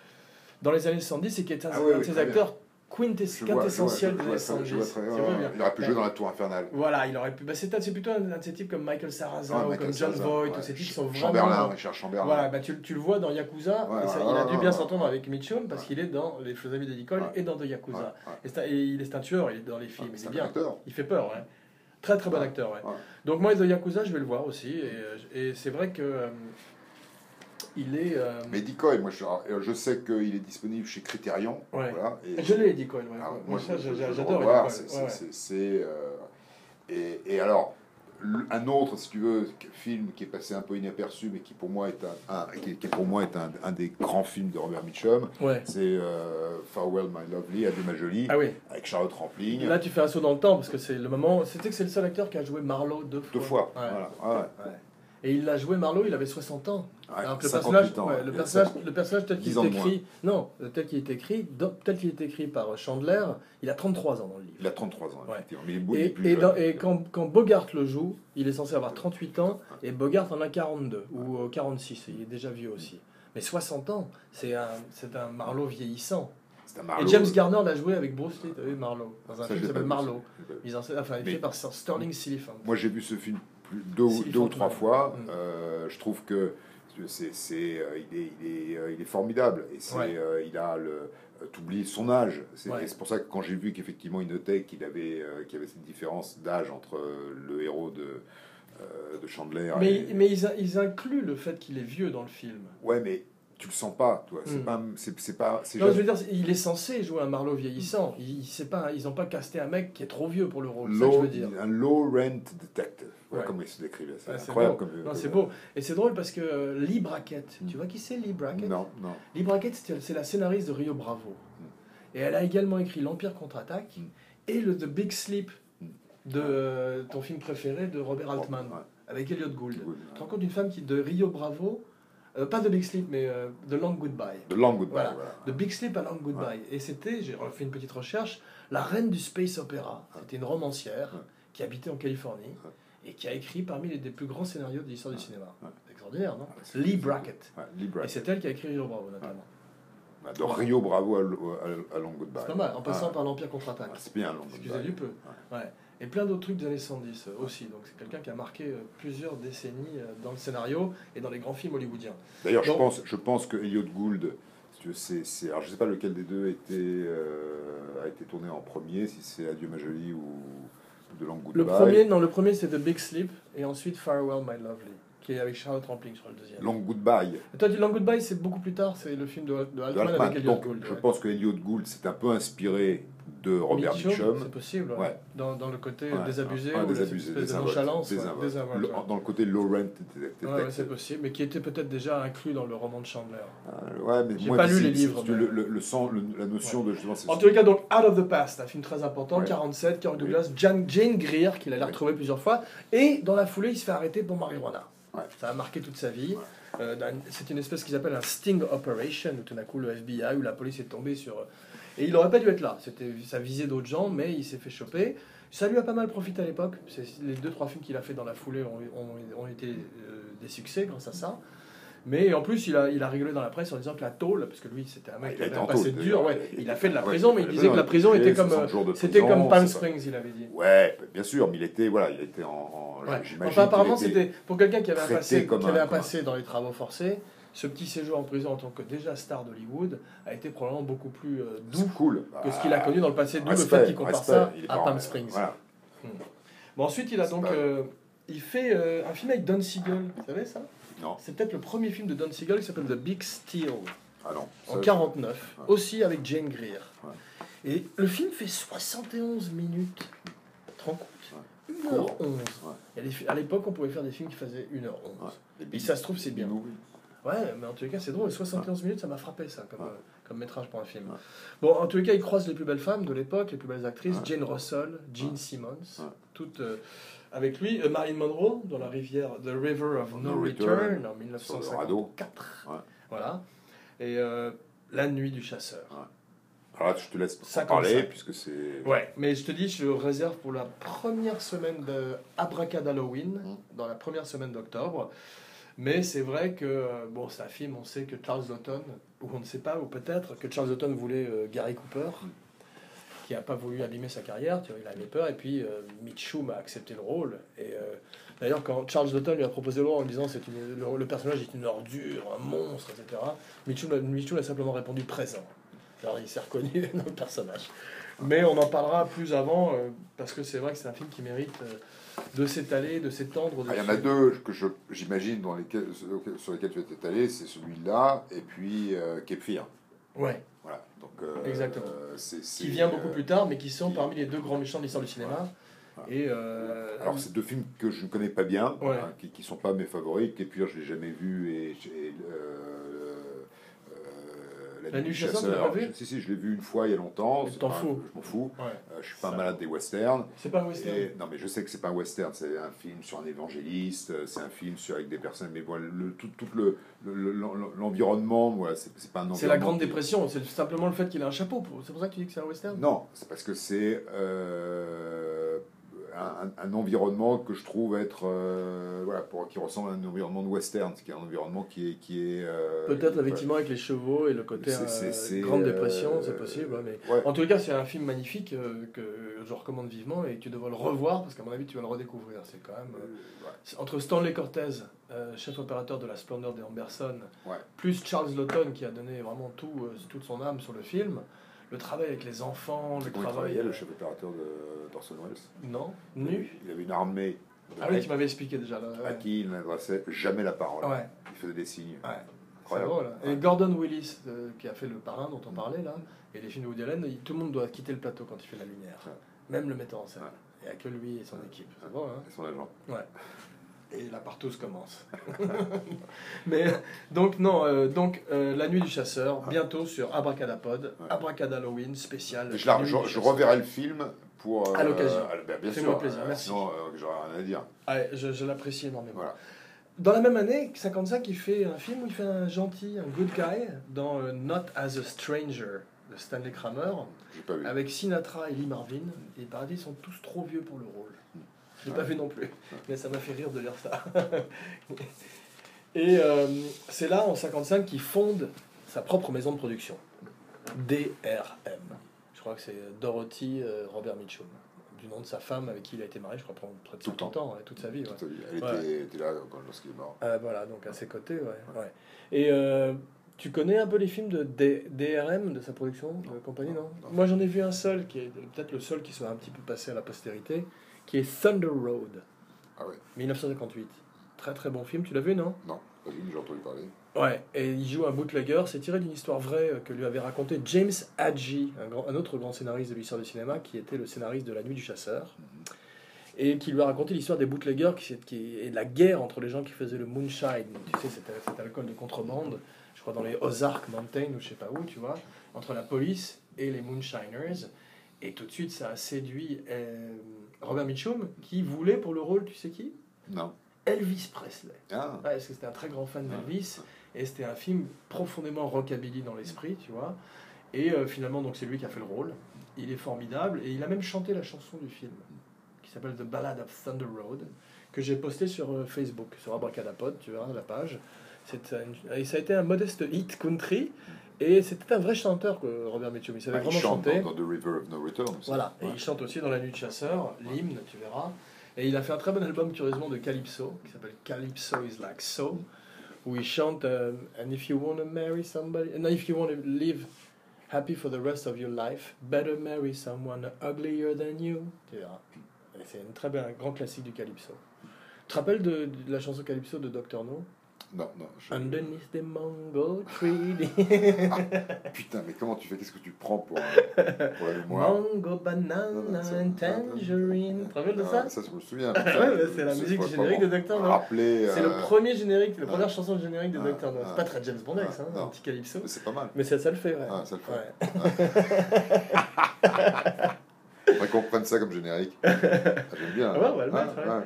dans les années 70 et qui est un, Ah oui, un de oui, ces très acteurs quintess- Je vois- je vois- je quintessentiels vois- des je années vois très- 70. je vois très- Tu vois bien. Il aurait pu jouer dans la Tour Infernale. Ah, Voilà, il aurait pu. bah, c'est un- c'est plutôt un, un de ces types comme Michael Sarrazin Ouais, ou Michael comme John Sarrazin, Voight, ouais. tous ces types qui sont vraiment. Chamberlain, Richard Chamberlain. Voilà, bah tu, tu le vois dans Yakuza, Ouais, et ça- ouais, il a ouais, dû ouais, bien ouais. s'entendre avec Mitchum parce Ouais. qu'il est dans Les Faux Amis de Nicole Ouais. et dans The Ouais, Yakuza. ouais. Et, c'est un- et il est un tueur, il est dans les films, Ouais, il c'est est un bien. acteur. Il fait peur, ouais. Très très bon Ouais. acteur, ouais. Ouais. Donc moi, The Yakuza, je vais le voir aussi, et, euh, et c'est vrai que. euh, il est. euh, Mais Decoy, moi je, alors, je sais qu'il est disponible chez Criterion. Ouais. Voilà, et Je l'ai, Eddie Coyle, ouais. Ah, Ouais, moi, ça, je- j'a- je- je le j'adore Eddie revois, Coyle, c'est- ouais, ouais. c'est- c'est- c'est, euh, et, et alors, le- un autre, si tu veux, que- film qui est passé un peu inaperçu, mais qui pour moi est un, un- qui, qui pour moi est un, un des grands films de Robert Mitchum, Ouais. c'est euh, Farewell My Lovely, Adieu ma jolie, Ah oui, avec Charlotte Rampling, là tu fais un saut dans le temps parce que c'est le moment. C'était que c'est le seul acteur qui a joué Marlowe deux fois. deux fois. Ouais. Voilà, ouais, ouais. Ouais. Et il l'a joué Marlowe, il avait 60 ans. Ouais, Alors que le 58 personnage, Ah, ans, ouais, ouais, le il a personnage, 50. le personnage tel qu'il 10 ans est de écrit, non, euh, tel qu'il est écrit, dans- tel qu'il est écrit par euh, Chandler, il a 33 ans dans le livre. Il a 33 ans, Ouais. effectivement, mais il est beau, il est Et, plus et, jeune. dans- et quand, quand Bogart le joue, il est censé avoir 38 ans et Bogart en a 42 ou euh, 46, et il est déjà vieux aussi. Mais 60 ans, c'est un, c'est un Marlowe vieillissant. C'est un Et euh, Marlowe. James Garner l'a joué avec Bruce Lee et Marlowe, dans un Ça, je film qui l'ai pas s'appelle vu, Marlowe, ça, je l'ai pas vu. mis en scène- enfin, Mais- fait par Sir Sterling Siliphant. Moi, j'ai vu ce film plus- deux, ou- Sylvie deux ou Fantôme. trois fois. Mm. Euh, je trouve que c'est, c'est, euh, il, est, il, est, euh, il est formidable. Et c'est, Ouais. euh, il a le, euh, t'oublies son âge. C'est, Ouais. et c'est pour ça que quand j'ai vu qu'effectivement il notait qu'il avait, euh, qu'il y avait cette différence d'âge entre euh, le héros de, euh, de Chandler. Mais, et- mais ils, ils incluent le fait qu'il est vieux dans le film. Ouais, mais tu le sens pas, toi. C'est Mm. pas, c'est, c'est pas, c'est Non, je jamais- veux dire, il est censé jouer un Marlowe vieillissant. Il, il- c'est pas, ils n'ont pas casté un mec qui est trop vieux pour le rôle. c'est ça que je low, veux dire. un low rent detective. Voilà Ouais. comme il se décrivait. C'est Ah, c'est incroyable beau. comme. euh, Non, comme- c'est beau. Et c'est drôle parce que euh, Lee Brackett, Mm. tu vois qui c'est Lee Brackett Non, non. Lee Brackett, c'est c'est la scénariste de Rio Bravo. Hmm. Et elle a également écrit L'Empire contre-attaque Mm. et le The Big Sleep Mm. de euh, ton film préféré de Robert Altman Oh. Ouais. avec Elliot Gould. Good. Tu te rends compte d'une femme qui, de Rio Bravo, euh, pas de Big Sleep, mais euh, de Long Goodbye. The Long Goodbye. Voilà. voilà. De Big Sleep à Long Goodbye. Et c'était, j'ai refait une petite recherche, la reine du space opéra. Ouais. C'était une romancière Ouais. qui habitait en Californie et qui a écrit parmi les des plus grands scénarios de l'histoire du Ouais. cinéma. Ouais. Ah Extraordinaire, non Ouais, c'est- Lee c'est- Brackett. Ouais, Lee Et Brackett. c'est elle qui a écrit Rio Bravo, notamment. Bah, De Rio Bravo à, à, à Long Goodbye. C'est pas mal, en passant Ouais. par l'Empire contre-attaque. Ouais, C'est bien Long Goodbye. Excusez du peu. Ouais. Et plein d'autres trucs des années 70 euh, aussi. Donc c'est quelqu'un qui a marqué euh, plusieurs décennies euh, dans le scénario et dans les grands films hollywoodiens. D'ailleurs, je Donc- pense, je pense que Elliot Gould, si tu veux, c'est, c'est- alors je sais pas lequel des deux était, euh, a été tourné en premier, si c'est Adieu ma jolie ou de Long Goodbye. Le premier, non, le premier c'est The Big Sleep et ensuite Farewell My Lovely, qui est avec Charlotte Rampling sur le deuxième. Long Goodbye Et toi, tu Long Goodbye, c'est beaucoup plus tard, c'est le film de, de de Altman Altman. avec Elliot Donc, Gould. je ouais. pense que Elliot Gould s'est un peu inspiré de Robert Mitchum, Mitchum. C'est possible, ouais. Ouais. Dans, dans le côté Ouais, désabusé ouais, ou des cette abusés, espèce des de invoques, nonchalance. des ouais, invoques. désinvolte, Le- ouais. Dans le côté Laurent, t'étais- t'étais- Ouais, ouais, c'est possible, mais qui était peut-être déjà inclus dans le roman de Chandler. Euh, ouais, mais J'ai moins pas lu visible, les livres, si tu veux, mais- Le, le- le sens- le- la notion de justement. c'est- En tout cas, donc Out of the Past, un film très important, Ouais. 47, Kirk Oui. Douglas, Jan- Jane Greer, qu'il a Oui. retrouvé plusieurs fois, et dans la foulée, il se fait arrêter pour marijuana. Ouais. Ça a marqué toute sa vie. Ouais. Euh, d'un- c'est une espèce qu'ils appellent un sting operation, où tout d'un coup le FBI ou la police est tombée sur. Et il aurait pas dû être là. C'était, ça visait d'autres gens, mais il s'est fait choper. Ça lui a pas mal profité à l'époque. C'est, les deux trois films qu'il a fait dans la foulée ont, ont- ont été euh, des succès grâce à ça. Mais en plus, il a, il a rigolé dans la presse en disant que la tôle, parce que lui, c'était un mec Ah, Il qui a avait été un en passé tôle, dur. d'ailleurs. ouais. Il a fait de la Ouais, prison, mais il il a disait fait que la un prison était filet, comme, 60 euh, jours de c'était prison, comme Palm c'est ça. Springs, il avait dit. Ouais, bien sûr, mais il était, voilà, il était en. en- Ouais. j'imagine Enfin, qu'il apparemment, était- c'était pour quelqu'un qui avait un traité passé, comme qui avait un- un passé dans les travaux forcés. Ce petit séjour en prison en tant que déjà star d'Hollywood a été probablement beaucoup plus euh, doux C'est cool. que ce qu'il a Bah, connu dans le passé, d'où le respect, fait qu'il compare respect. ça Il est à pas en- Palm Springs. Voilà. Bon, ensuite, il a C'est donc. pas- euh, il fait euh, un film avec Don Siegel, vous savez ça Non, C'est peut-être le premier film de Don Siegel qui s'appelle The Big Steal. ah non. en ça, 49, Ouais. aussi avec Jane Greer. Ouais. Et le film fait 71 minutes. Tu te rends compte 1h11. Ouais. Il y a des fi- À l'époque, on pouvait faire des films qui faisaient 1h11. Ouais. Les Et Big- ça se trouve, c'est Big bien. Movie. Ouais, mais en tous les cas, c'est drôle. 71 minutes, ça m'a frappé, ça, comme, Ouais. euh, comme métrage pour un film. Ouais. Bon, en tous les cas, il croise les plus belles femmes de l'époque, les plus belles actrices. Ouais. Jane Russell, Jean Ouais. Simmons, Ouais. toutes euh, avec lui. Euh, Marilyn Monroe, dans la rivière The River of No, No Return, Return, en sur le radeau. 1954. Ouais. Voilà. Et euh, La nuit du chasseur. Alors là, je te laisse en 55. parler, puisque c'est. Ouais, mais je te dis, je réserve pour la première semaine de Abracad Halloween, Mm. dans la première semaine d'octobre. Mais c'est vrai que, euh, bon, c'est un film, on sait que Charles Lawton, ou on ne sait pas, ou peut-être que Charles Lawton voulait euh, Gary Cooper, Mm. qui n'a pas voulu abîmer sa carrière, tu vois, il avait peur, et puis euh, Mitchum a accepté le rôle. Et euh, d'ailleurs, quand Charles Lawton lui a proposé le rôle en lui disant c'est une- le, le personnage est une ordure, un monstre, etc., Mitchum, a- Mitchum a simplement répondu présent. Alors il s'est reconnu dans le personnage. Mais on en parlera plus avant, euh, parce que c'est vrai que c'est un film qui mérite euh, de s'étaler, de s'étendre. Ah, Il y en dessus. a deux que je- j'imagine dans lesquels, sur lesquels tu étais allé, c'est celui-là et puis euh, Kefir. Ouais, Voilà. Donc, euh, Exactement. euh, c'est- c'est, qui vient euh, beaucoup plus tard, mais qui sont qui- parmi les deux grands méchants de l'histoire du cinéma. Voilà. Et euh, Alors, c'est deux films que je ne connais pas bien, Ouais. hein, qui ne sont pas mes favoris. Kefir, je ne l'ai jamais vu. Et, et, euh, euh, La Nuit du Chasseur, tu l'as pas vu je- Si, si, je l'ai vu une fois il y a longtemps. Mais c'est t'en pas un- fous. Je m'en fous. ouais. Euh, je ne suis pas un Ça. malade des westerns. c'est pas un western. Et- euh, non, mais je sais que c'est pas un western, c'est un film sur un évangéliste, euh, c'est un film sur avec des personnes, mais voilà, le, tout, tout le, le- le- l'en- l'environnement, voilà, c'est, c'est pas un environnement. C'est la Grande qui- Dépression, c'est simplement le fait qu'il a un chapeau. pour- C'est pour ça que tu dis que c'est un western Non, c'est parce que c'est euh, un, un- un environnement que je trouve être, euh, voilà, pour, qui ressemble à un environnement de western, qui est un environnement qui est, qui est. euh, Peut-être voilà. effectivement avec les chevaux et le côté C'est- c'est- euh, c'est, Grande euh, Dépression, c'est possible. ouais, mais... Ouais. En tout cas, c'est un film magnifique euh, que je recommande vivement et tu devrais le revoir parce qu'à mon avis, tu vas le redécouvrir. C'est quand même. euh, c'est Entre Stanley Cortez, euh, chef opérateur de la Splendeur des Amberson, Ouais. plus Charles Lawton qui a donné vraiment tout, euh, toute son âme sur le film, le travail avec les enfants, le Comment il travail. euh, travaillait le chef opérateur de d'Orson Welles Non, nu. Il avait une armée de Ah oui, mecs tu m'avais expliqué déjà. Là, à ouais. qui il n'adressait jamais la parole. Ouais. Il faisait des signes. Ouais. C'est Incroyable. drôle. hein. Et Ouais. Gordon Willis, euh, qui a fait le parrain dont on parlait là, et les films de Woody Allen, il- tout le monde doit quitter le plateau quand il fait la lumière. Ouais. Même le metteur en scène. Il n'y a que lui et son équipe. C'est drôle, hein Et son agent. Et la partouze commence. Mais donc, non, euh, donc euh, La Nuit du Chasseur, bientôt sur Abracadapod, Ouais. Abracadalloween spécial. Je, la- Nuit je- du je Chasseur. reverrai le film pour. À l'occasion. ah, ben, bien Fais-moi sûr. plaisir, euh, merci. Sinon, euh, j'aurais rien à dire. Ouais, je, je l'apprécie énormément. Voilà. Dans la même année, 55, il fait un film où il fait un gentil, un good guy, dans euh, Not as a Stranger de Stanley Kramer, J'ai pas vu. avec Sinatra et Lee Marvin. Et paradis, ils sont tous trop vieux pour le rôle. Je l'ai Ouais. pas vu non plus, mais ça m'a fait rire de lire ça. et euh, c'est là, en 55, qu'il fonde sa propre maison de production, DRM. Je crois que c'est Dorothy euh, Robert Mitchum, du nom de sa femme avec qui il a été marié, je crois, pendant près de Tout le 50 ans, ouais, toute sa vie. ouais. Elle était, Ouais. était là quand- lorsqu'il est mort. Ah, voilà, donc à ses côtés, ouais. ouais. Et euh, tu connais un peu les films de D- DRM, de sa production, de la compagnie, non, non, non. Moi j'en ai vu un seul, qui est peut-être le seul qui soit un petit peu passé à la postérité, qui est Thunder Road, Ah ouais 1958. Très très bon film, tu l'as vu, non Non, vas-y, j'ai entendu parler. Ouais, et il joue un bootlegger, c'est tiré d'une histoire vraie euh, que lui avait raconté James Adji, un, grand- un autre grand scénariste de l'histoire du cinéma, qui était le scénariste de La Nuit du Chasseur, et qui lui a raconté l'histoire des bootleggers qui, s'est- qui- et de la guerre entre les gens qui faisaient le moonshine, tu sais, cet, cet alcool de contrebande, je crois dans les Ozark Mountains ou je sais pas où, tu vois, entre la police et les moonshiners, et tout de suite ça a séduit euh, Robert Mitchum, qui voulait pour le rôle, tu sais qui Non. Elvis Presley. Ah, Ouais, parce que c'était un très grand fan d'Elvis et c'était un film profondément rockabilly dans l'esprit, tu vois. Et euh, finalement, donc c'est lui qui a fait le rôle. Il est formidable et il a même chanté la chanson du film qui s'appelle The Ballad of Thunder Road que j'ai posté sur euh, Facebook, sur Abracadapod, tu verras la page. C'est une- et ça a été un modeste hit country et c'était un vrai chanteur que Robert Mitchum. Il savait Ah, il vraiment chante chanter. dans, dans The River of No Return. ça. Voilà, et Ouais. il chante aussi dans La Nuit de Chasseur, l'hymne, tu verras. Et il a fait un très bon album, curieusement, de Calypso, qui s'appelle Calypso is like so, où il chante euh, And if you want to marry somebody, and if you want to live happy for the rest of your life, better marry someone uglier than you. Tu verras. Et c'est une très belle, un grand classique du Calypso. Tu te rappelles de, de la chanson Calypso de Dr. No Non, non. je- Underneath the mango tree, Putain, mais comment tu fais Qu'est-ce que tu prends pour, euh, pour la mémoire mango, Non, banana non, ça- and tangerine. Tu te rappelles de Ah, ça Ça, je me souviens. Ouais, bah, c'est la musique du générique de Docteur No. Rappeler. C'est le euh, premier générique, la ouais. première chanson du générique de Ouais, Doctor No. ouais. C'est pas très James Bond X, hein, Ouais, un non. petit calypso. C'est pas mal. Mais ça, ça le fait, ouais. Ah, ça le fait. Ouais. Faudrait qu'on prenne ça comme générique. Ah, J'aime bien. Ouais, on va le mettre, ouais.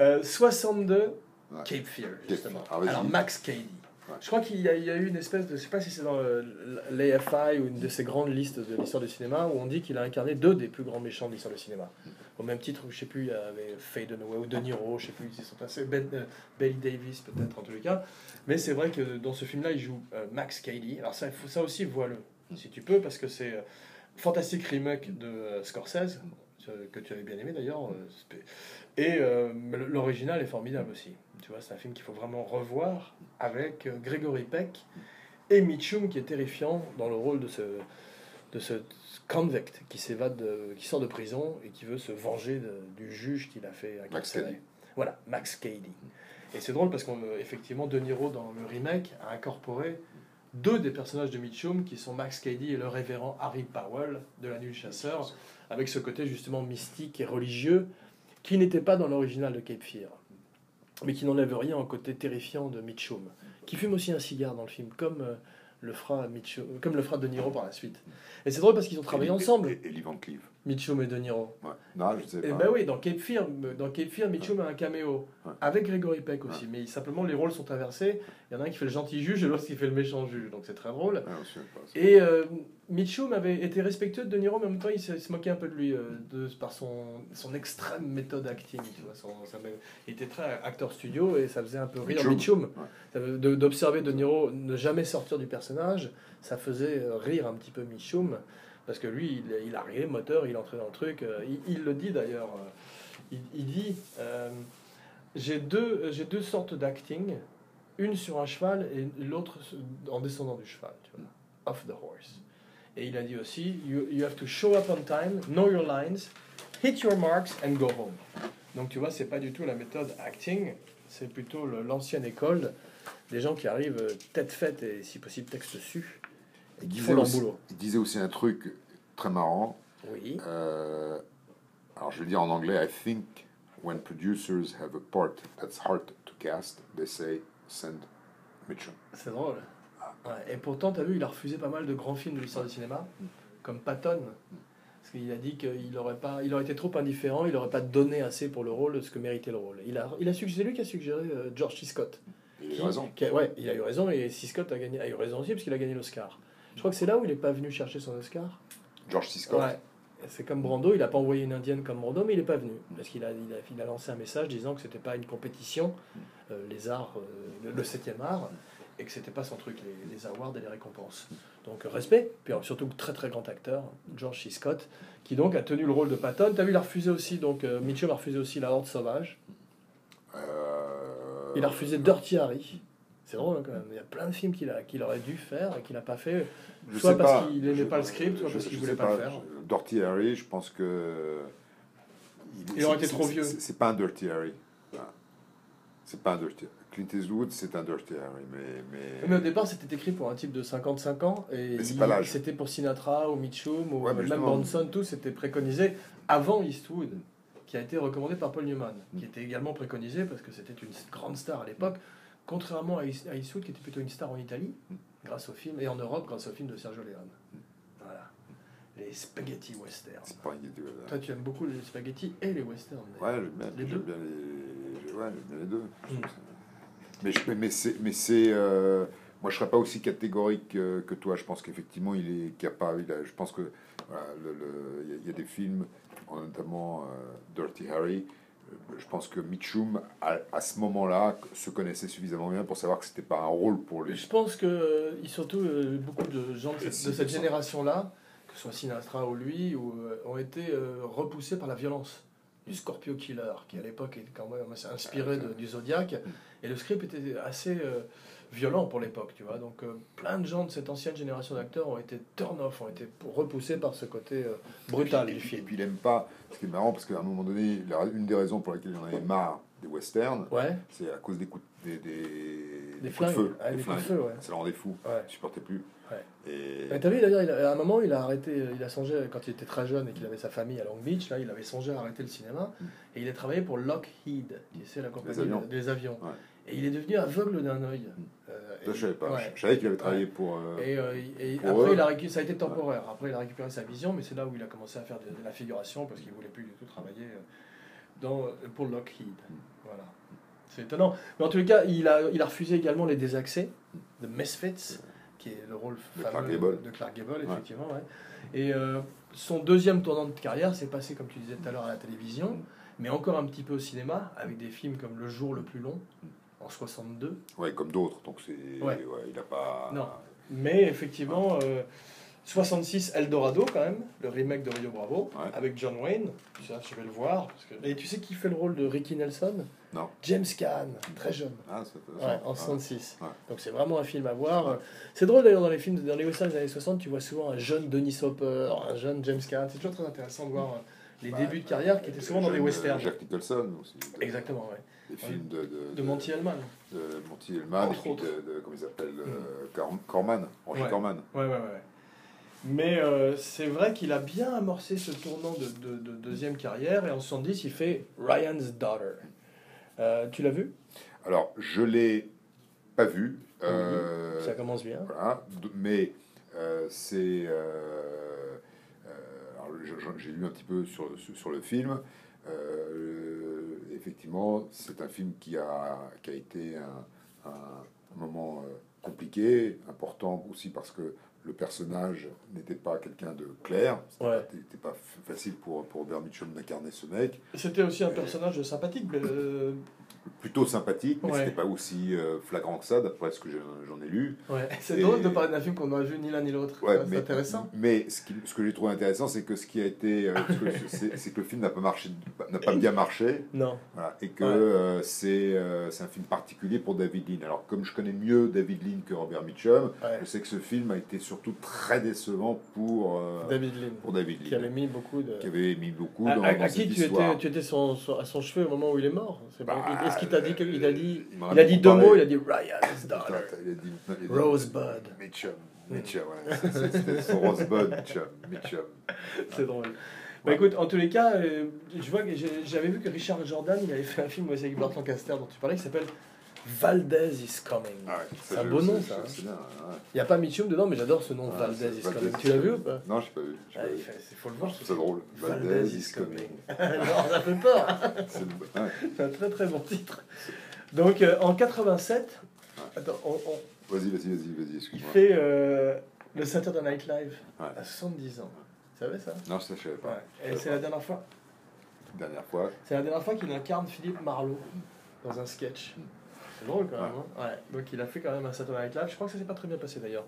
Euh, 62, Ouais. Cape Fear, Fear. justement. Ah, vas-y. Alors, Max Cady. Ouais. Je crois qu'il y, a- il y a eu une espèce de. Je sais pas si c'est dans euh, l'AFI ou une de ces grandes listes de l'histoire du cinéma où on dit qu'il a incarné deux des plus grands méchants de l'histoire du cinéma. Au même titre, où, je sais plus, il y avait Faye Dunaway ou De Niro, je sais plus, ils sont passés. Ben, euh, Bailey Davis, peut-être, en tous les cas. Mais c'est vrai que dans ce film-là, il joue euh, Max Cady. Alors, ça, il faut- ça aussi, vois-le, Mm. si tu peux, parce que c'est euh, fantastique remake de euh, Scorsese, euh, que tu avais bien aimé d'ailleurs. euh, spé- et euh, mais l- l'original est formidable aussi. Tu vois, c'est un film qu'il faut vraiment revoir avec euh, Gregory Peck et Mitchum qui est terrifiant dans le rôle de ce de ce convict qui s'évade, de- qui sort de prison et qui veut se venger de- du juge qu'il a fait incarcérer. Cady. Voilà, Max Cady. Et c'est drôle parce qu'on euh, effectivement De Niro dans le remake a incorporé deux des personnages de Mitchum qui sont Max Cady et le révérend Harry Powell de La Nuit du Chasseur, avec ce côté justement mystique et religieux qui n'était pas dans l'original de Cape Fear, mais qui n'enlève rien au côté terrifiant de Mitchum, qui fume aussi un cigare dans le film, comme euh, le fera Mitchum, comme le fera De Niro par la suite. Et c'est drôle parce qu'ils ont travaillé Et- et- ensemble, Et, et Lee Van Cleef. Mitchum et De Niro. Ouais. Non, je sais Et pas. ben oui, dans Cape Fear, dans Cape Fear Mitchum a un caméo, Ouais. avec Gregory Peck aussi, mais simplement les rôles sont inversés, il y en a un qui fait le gentil juge et l'autre qui fait le méchant juge, donc c'est très drôle. Ah, non, je sais pas. Et euh, Mitchum avait été respectueux de De Niro, mais en même temps, il se, se moquait un peu de lui euh, de, par son, son extrême méthode acting. Tu vois, son- sa mé- il était très acteur studio et ça faisait un peu rire Mitchum. Mitchum. Ouais. Ça veut- de- D'observer De Niro ne jamais sortir du personnage, ça faisait euh, rire un petit peu Mitchum, parce que lui, il, il arrivait moteur, il entrait dans le truc. euh, il, il le dit d'ailleurs. euh, il, il dit euh, J'ai deux, euh, j'ai deux sortes d'acting, une sur un cheval et l'autre su- en descendant du cheval. Tu vois, off the horse. Et il a dit aussi you, you have to show up on time, know your lines, hit your marks and go home. Donc tu vois, c'est pas du tout la méthode acting, c'est plutôt le- l'ancienne école des gens qui arrivent euh, tête faite et si possible texte su et Il qui disait font leur aussi- boulot. Il disait aussi un truc très marrant. Oui. Euh, alors, je vais le dire en anglais I think When producers have a part that's hard to cast, they say send Mitchum. C'est drôle. Ouais, Et pourtant, t'as vu, il a refusé pas mal de grands films de l'histoire du cinéma, Mm. comme Patton. Parce qu'il a dit qu'il aurait, pas, il aurait été trop indifférent, il n'aurait pas donné assez pour le rôle de ce que méritait le rôle. Il a, il a suggéré, c'est lui qui a suggéré euh, George C. Scott. Il a eu Qui- raison. qui a- ouais, il a eu raison et C. Scott a, gagné, a eu raison aussi parce qu'il a gagné l'Oscar. Je crois que c'est là où il n'est pas venu chercher son Oscar. George C. Scott. Ouais. C'est comme Brando, il n'a pas envoyé une indienne comme Brando, mais il n'est pas venu. Parce qu'il a, il a, il a lancé un message disant que c'était pas une compétition, euh, les arts, euh, le- le 7 art, et que c'était pas son truc, les, les awards et les récompenses. Donc euh, respect, puis alors, surtout très très grand acteur, George C. Scott, qui donc a tenu le rôle de Patton. T'as vu, il a refusé aussi, donc euh, Mitchum a refusé aussi La Horde Sauvage. Euh, Il a refusé Dirty Harry. C'est drôle hein, quand même, il y a plein de films qu'il a- qu'il aurait dû faire et qu'il n'a pas fait. Je Soit sais parce pas. qu'il aimait Je- pas le script, soit parce qu'il je voulait sais pas le faire. Je- Dirty Harry, je pense que. Il aurait c'est- été trop c'est- vieux. C'est c'est pas un Dirty Harry. Voilà. C'est pas un Dirty Clint Eastwood, c'est un Dirty Harry, mais. mais... Mais au départ, c'était écrit pour un type de 55 ans. Et Mais c'est il- pas l'âge. C'était pour Sinatra ou Mitchum ou Ouais, mais même justement. Bronson, tout, c'était préconisé avant Eastwood, qui a été recommandé par Paul Newman, Mm. qui était également préconisé parce que c'était une grande star à l'époque, contrairement à East- à Eastwood, qui était plutôt une star en Italie, Mm. grâce au film, et en Europe, grâce au film de Sergio Leone. Voilà. Les spaghetti westerns. C'est pas une idée. voilà. Toi, tu aimes beaucoup les spaghetti et les westerns. d'ailleurs. Ouais, j'aime bien Les deux. j'aime bien les, ouais, j'aime bien les deux. Je Mm. trouve ça- Mais, je, mais c'est. Mais c'est euh, moi, je serais pas aussi catégorique euh, que toi. Je pense qu'effectivement, il est capable. il a- je pense que voilà, le- le- il y, a- il y a des films, notamment euh, Dirty Harry. Euh, Je pense que Mitchum, à, à ce moment-là, se connaissait suffisamment bien pour savoir que c'était pas un rôle pour lui. Je pense que euh, et surtout euh, beaucoup de gens de Et cette, si, de cette ça. génération-là, que ce soit Sinatra ou lui, ou, euh, ont été euh, repoussés par la violence. Du Scorpio Killer, qui à l'époque est quand même assez inspiré de- du Zodiac, Mm. et le script était assez euh, violent pour l'époque, tu vois. Donc euh, plein de gens de cette ancienne génération d'acteurs ont été turn off, ont été repoussés par ce côté euh, brutal Et du puis, et film. puis, il aime pas. Ce qui est marrant, parce qu'à un moment donné, la- une des raisons pour laquelle il en avait marre des westerns, Ouais, c'est à cause des coups, de- des, des, des des coups de flingues, feu. ouais, des des coups de flingues. feu, ouais. Ça le rendait fou. ouais. Il supportait plus. Ouais. Et Mais t'as vu d'ailleurs, il a- à un moment, il a arrêté, il a songé, quand il était très jeune et qu'il avait sa famille à Long Beach, là, il avait songé à arrêter le cinéma Mm. et il a travaillé pour Lockheed, qui c'est la compagnie de- avions. des avions. Ouais. Mm. Et il est devenu aveugle d'un œil. Euh, ça, et- je savais pas. ouais. Je savais qu'il avait travaillé pour. euh, Et, euh, il- et Pour après, eux. il a récu- ça a été temporaire. Après, il a récupéré sa vision, mais c'est là où il a commencé à faire de, de la figuration parce qu'il voulait plus du tout travailler euh, dans, euh, pour Lockheed. Mm. Voilà. C'est étonnant. Mais en tout cas, il a, il a refusé également les désaccès de Misfits, qui est le rôle De fameux Clark Gable. de Clark Gable, Ouais. effectivement. ouais. Et euh, son deuxième tournant de carrière s'est passé, comme tu disais tout à l'heure, à la télévision, Mm. mais encore un petit peu au cinéma, avec des films comme Le jour le plus long, en 62. Ouais, comme d'autres. Donc c'est. Ouais. Ouais. il n'a pas. Non. Mais effectivement, euh, 66 Eldorado, quand même, le remake de Rio Bravo, Ouais. avec John Wayne. Ça, je vais le voir. parce que- Et tu sais qui fait le rôle de Ricky Nelson Non. James Caan, très jeune. Ah, c'est Ouais, intéressant. en Ah. 66. Ouais. Donc c'est vraiment un film à voir. Ouais. C'est drôle d'ailleurs dans les films, dans les westerns des années 60, tu vois souvent un jeune Denis Hopper, un jeune James Caan. C'est toujours très intéressant de voir euh, les Bah, débuts de carrière qui étaient souvent dans des Jeune, westerns. euh, Jack Nicholson aussi. de- Exactement, ouais. Des films de. De, De Monty Hellman. de Monty Hellman. Et Entre puis autres. Hmm. de, de- Comment ils s'appellent euh, Cor- Corman. Roger Ouais. Corman. Ouais, ouais, ouais. Mais euh, c'est vrai qu'il a bien amorcé ce tournant de, de- de deuxième carrière et en 70, il fait Ryan's Daughter. Euh, tu l'as vu Alors, je l'ai pas vu. euh, Mm-hmm. Ça commence bien. Voilà. D- Mais euh, c'est. euh, euh, alors, je- je- j'ai lu un petit peu sur, sur sur le film. Euh, effectivement, c'est un film qui a, qui a été un, un moment euh, compliqué, important aussi parce que le personnage n'était pas quelqu'un de clair. Ouais. C'était pas f- facile pour, pour Robert Mitchum d'incarner ce mec. C'était aussi un personnage sympathique. mais, euh, Plutôt sympathique, mais Ouais. c'était pas aussi euh, flagrant que ça, d'après ce que j'en j'en ai lu. ouais. C'est Et- drôle de parler d'un film qu'on n'a vu ni l'un ni l'autre. Ouais, Ça, c'est mais- intéressant. Mais ce, qui- ce que j'ai trouvé intéressant, c'est que ce qui a été, euh, ce que- c'est c'est que le film n'a pas marché, n'a pas bien marché, Non. voilà, et que Ouais. euh, c'est euh, c'est un film particulier pour David Lean. Alors comme je connais mieux David Lean que Robert Mitchum, Ouais. je sais que ce film a été surtout très décevant pour euh, David Lean, pour David qui avait Lean, mis beaucoup de. qui avait mis beaucoup À, dans, à- dans à cette qui tu histoire. étais, tu étais son- son- à son chevet au moment où il est mort C'est Bah, pas- Est-ce qu'il t'a dit qu'il a dit, il m'en a il a dit beaucoup deux parlé. mots Il a dit Ryan's Putain, Daughter. il a dit- il a dit- Rosebud. Mitchum, Mitchum, ouais, c'est- c'était son Rosebud, Mitchum, Mitchum. C'est drôle. Bah écoute, en tous les cas, euh, je vois que j'ai- j'avais vu que Richard Jordan, il avait fait un film aussi avec Burt Lancaster dont tu parlais qui s'appelle Valdez is coming. Ah ouais, C'est ça, un je- beau nom, je- ça, je- hein. c'est bien, ouais. Il n'y a pas Mitchum dedans, mais j'adore ce nom Ah, Valdez c'est is Valdez coming. is Tu l'as vu ou coming. pas Non, j'ai pas vu. j'ai Ah, pas il vu. fait- c'est- faut le Je voir. trouve ça drôle. Valdez is coming. Alors, ça fait peur. C'est le- ouais. C'est un très très bon titre. Donc euh, en 87, attends, on- on- Vas-y, vas-y, vas-y, vas-y, il excuse-moi. fait euh, le Saturday Night Live Ouais. à 70 ans. Tu savais ça Non, je ne savais pas. Et c'est la dernière fois. Dernière fois. C'est la dernière fois qu'il incarne Philippe Marlowe dans un sketch. C'est drôle quand même. hein Ouais. Donc il a fait quand même un Saturday Night Live. Je crois que ça s'est pas très bien passé d'ailleurs.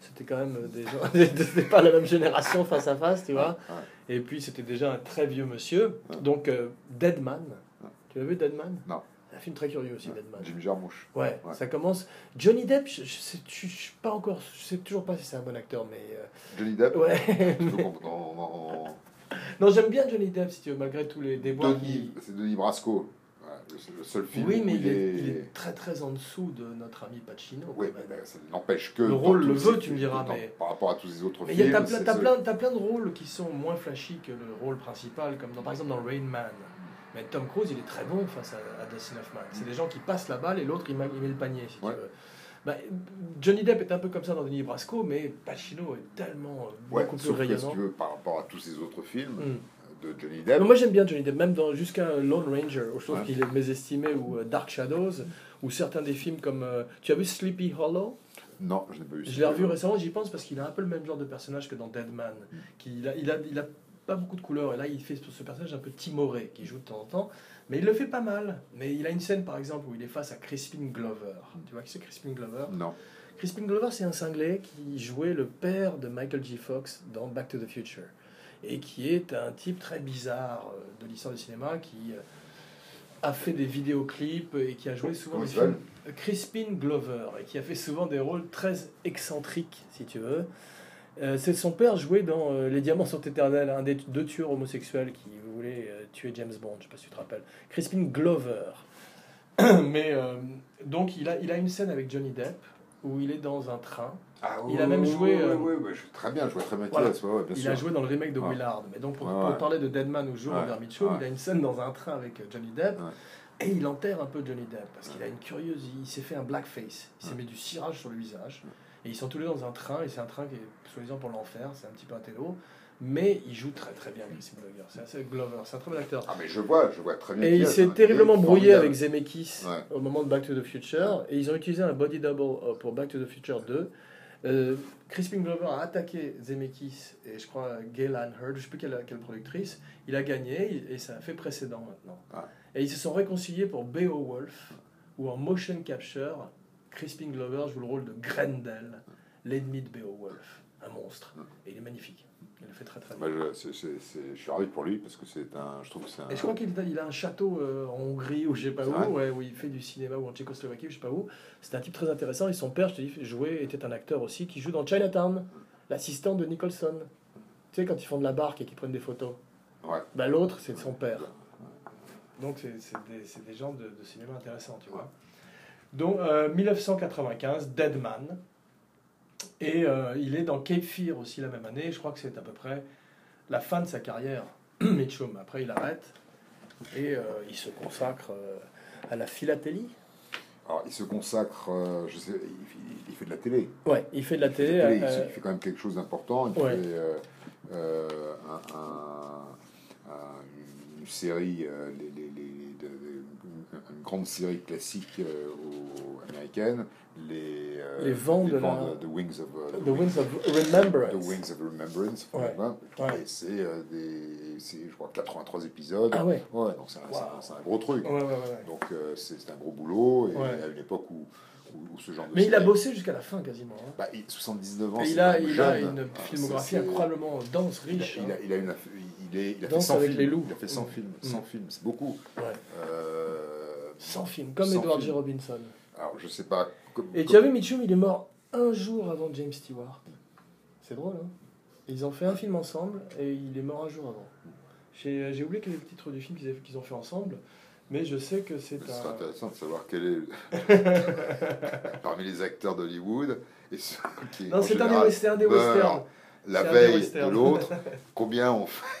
C'était quand même des gens, c'était pas la même génération face à face, tu vois. Ouais. Et puis c'était déjà un très vieux monsieur. Ouais. Donc euh, Deadman. Ouais. Tu l'as vu Deadman Non. Un film très curieux aussi, Deadman. Jim Jarmusch. Ouais, Ouais. ça commence. Johnny Depp, je, je sais, je- je sais pas encore, je sais toujours pas si c'est un bon acteur, mais euh, Johnny Depp. ouais. Tu veux qu'on- en- en- en- non, j'aime bien Johnny Depp si tu veux, malgré tous les déboires. Denis, qu'il- c'est Denis Brasco. Ouais, le seul- le seul film Oui, mais où il est, il est très très en dessous de notre ami Pacino. Oui, quand mais même. ben, ça n'empêche que. Le dans rôle tous le ces- veut, tu me diras, dans- mais- Par rapport à tous les autres Mais il y films. a t'as plein, c'est t'as ce- plein, t'as plein de rôles qui sont moins flashy que le rôle principal, comme dans, par exemple dans Rain Man. Mais Tom Cruise, il est très bon face à, à Dustin Hoffman. C'est des gens qui passent la balle et l'autre, il, ma- il met le panier, si Ouais. tu veux. Bah, Johnny Depp est un peu comme ça dans Denis Brasco, mais Pacino est tellement euh, Ouais, beaucoup plus sauf que si rayonnant. tu veux, par rapport à tous ces autres films Hmm. de Johnny Mais Depp. moi j'aime bien Johnny Depp, même dans- jusqu'à Lone Ranger, je trouve Ouais. qu'il est mésestimé, ou euh, Dark Shadows, ou certains des films comme... euh, tu as vu Sleepy Hollow Non, je n'ai pas vu Je l'ai revu récemment, j'y pense, parce qu'il a un peu le même genre de personnage que dans Deadman. qui- Il a, il, a, il a pas beaucoup de couleurs, et là il fait ce ce personnage un peu timoré, qui joue de temps en temps, mais il le fait pas mal. Mais il a une scène par exemple où il est face à Crispin Glover. Tu vois qui c'est Crispin Glover Non. Crispin Glover, c'est un cinglé qui jouait le père de Michael J. Fox dans Back to the Future. Et qui est un type très bizarre euh, de l'histoire du cinéma qui euh, a fait des vidéoclips et qui a joué souvent Comment des il s'appelle films. Euh, Crispin Glover, et qui a fait souvent des rôles très excentriques, si tu veux. Euh, c'est son père joué dans euh, Les Diamants sont éternels, un des t- deux tueurs homosexuels qui voulait euh, tuer James Bond, je sais pas si tu te rappelles. Crispin Glover. Mais euh, donc il a, il a une scène avec Johnny Depp où il est dans un train. Ah, Il a même joué, Oui, euh, oui, oui, je suis très bien, je vois très bien qui Voilà. est, ouais, ouais, bien il sûr. a joué dans le remake de Ouais. Willard. Mais donc pour, Ouais, pour ouais. parler de Deadman où joue Ouais, Robert Mitchum, ouais. il a une scène dans un train avec euh, Johnny Depp et il enterre un peu Johnny Depp parce qu'il Ouais. a une curieuse. Il s'est fait un blackface. Il s'est Ouais. mis du cirage sur le visage. Et ils sont tous les deux dans un train et c'est un train qui est soi-disant pour l'enfer. C'est un petit peu un télo. Mais il joue très très bien Chris Glover. C'est assez Glover. C'est un très bon acteur. Ah, mais je vois, je vois très bien. Et qui il est, s'est hein. terriblement Il est brouillé formidable. avec Zemeckis Ouais. au moment de Back to the Future. Et ils ont utilisé un body double euh, pour Back to the Future 2. Euh, Crispin Glover a attaqué Zemeckis et je crois Gaylan Heard, je sais plus quelle, quelle productrice. Il a gagné et ça a fait précédent maintenant. Ah. Et ils se sont réconciliés pour Beowulf ou en motion capture. Crispin Glover joue le rôle de Grendel, l'ennemi de Beowulf, un Ah. monstre. Et il est magnifique. Il le fait très très bien. Bah, je, c'est- c'est- c'est- je suis ravi pour lui parce que c'est un. Je trouve que c'est un. Et je crois qu'il a, il a un château euh, en Hongrie ou je sais pas C'est où, vrai ouais, où il fait du cinéma ou en Tchécoslovaquie, je sais pas où. C'est un type très intéressant. Et son père, je te dis, jouait, était un acteur aussi qui joue dans Chinatown, l'assistant de Nicholson. Tu sais, quand ils font de la barque et qu'ils prennent des photos. Ouais. Bah, l'autre, c'est de son père. Donc, c'est c'est des, c'est des gens de, de cinéma intéressants, tu vois. Donc, euh, 1995, Deadman. Et euh, il est dans Cape Fear aussi la même année. Je crois que c'est à peu près la fin de sa carrière, Mitchum. Après, il arrête. Et euh, il se consacre euh, à la philatélie. Alors, il se consacre, euh, je sais, il, il- il fait de la télé. Ouais, il fait de la Il fait de télé. la télé, il se- euh, il fait quand même quelque chose d'important. Il Ouais. fait euh, euh, un- un- un- une série, euh, les- les- les- de- de- une grande série classique euh, au- américaine, les, euh, Les vents de la- de- de Wings of euh, The Winds of Remembrance. The Wings of Remembrance, Ouais. voilà. Ouais. Et c'est euh, des, c'est, je crois, 83 épisodes. Ah ouais. Ouais, donc c'est un, c'est un- c'est un gros truc. Ouais, ouais, ouais, ouais. Donc euh, c'est c'est un gros boulot, et Ouais. à une époque où, où- où ce genre de... Mais il a série- bossé jusqu'à la fin quasiment. hein. Bah, il- 79 ans, Et c'est il a, quand même il a jeune. une Ah, ça, filmographie c'est- incroyablement dense, Il a, riche. il a- il a une, aff- il est, il a fait Danse 100 avec films. les loups. Il a fait 100 Mm. films, 100 Mm. films, c'est beaucoup. hein. Ouais. Euh, Sans film, comme Sans Edward J. film. Robinson. alors je sais pas... comme- Et tu as comme- vu, Mitchum, il est mort un jour avant James Stewart. C'est drôle, hein Ils ont fait un film ensemble et il est mort un jour avant. J'ai j'ai oublié quel est le titre du film qu'ils avaient- qu'ils ont fait ensemble, mais je sais que c'est Ce serait un. intéressant de savoir quel est parmi les acteurs d'Hollywood et ceux qui Non, en c'est un des, général, ben, wes- c'est un des meurent westerns. la C'est un veille western. de l'autre, combien on fait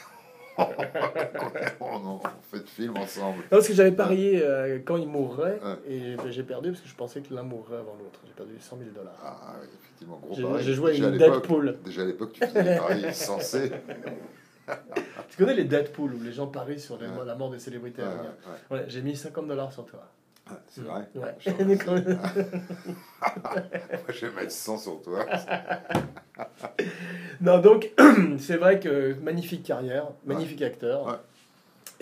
on, on fait de film ensemble. Non, parce que j'avais parié euh, quand il mourrait, Hein. et ben, j'ai perdu parce que je pensais que l'un mourrait avant l'autre. J'ai perdu 100 000 dollars. Ah, ouais, effectivement, gros J'ai- pareil. j'ai joué à Déjà une à l'époque- Deadpool. Déjà à l'époque, tu faisais des paris insensés. Tu connais les Deadpool où les gens parient sur les- Ouais. la mort des célébrités Ouais, à venir Ah, ouais, Ouais, j'ai mis 50 dollars sur toi. ouais, C'est vrai. Ouais. euh, Je te remercie. Quand même. Moi, je vais mettre 100 sur toi. Euh, non, donc, c'est vrai que magnifique carrière, magnifique acteur. Ouais.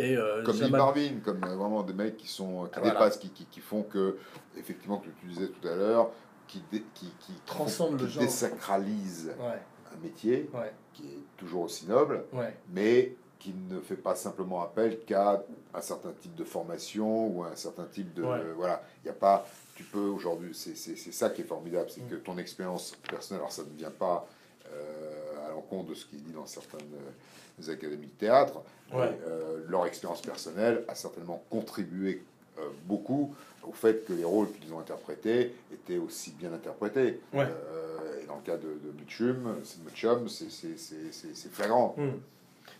Et euh, Comme Jamal- Lee Marvin, comme euh, vraiment des mecs qui, sont, qui Ah, Voilà. dépassent, qui, qui, qui font que, effectivement, que tu disais tout à l'heure, qui, dé- qui, qui Transcende qui le genre. désacralise Ouais, un métier ouais, qui est toujours aussi noble, ouais. mais qui ne fait pas simplement appel qu'à un certain type de formation ou un certain type de Ouais. euh, voilà il y a pas tu peux aujourd'hui c'est c'est- c'est ça qui est formidable c'est Mm. que ton expérience personnelle alors ça ne vient pas euh, à l'encontre de ce qui est dit dans certaines euh, académies de théâtre mais, Ouais. euh, leur expérience personnelle a certainement contribué euh, beaucoup au fait que les rôles qu'ils ont interprétés étaient aussi bien interprétés Ouais. Euh, et dans le cas de, de Mitchum c'est Mitchum c'est c'est- c'est- c'est- c'est flagrant Hmm.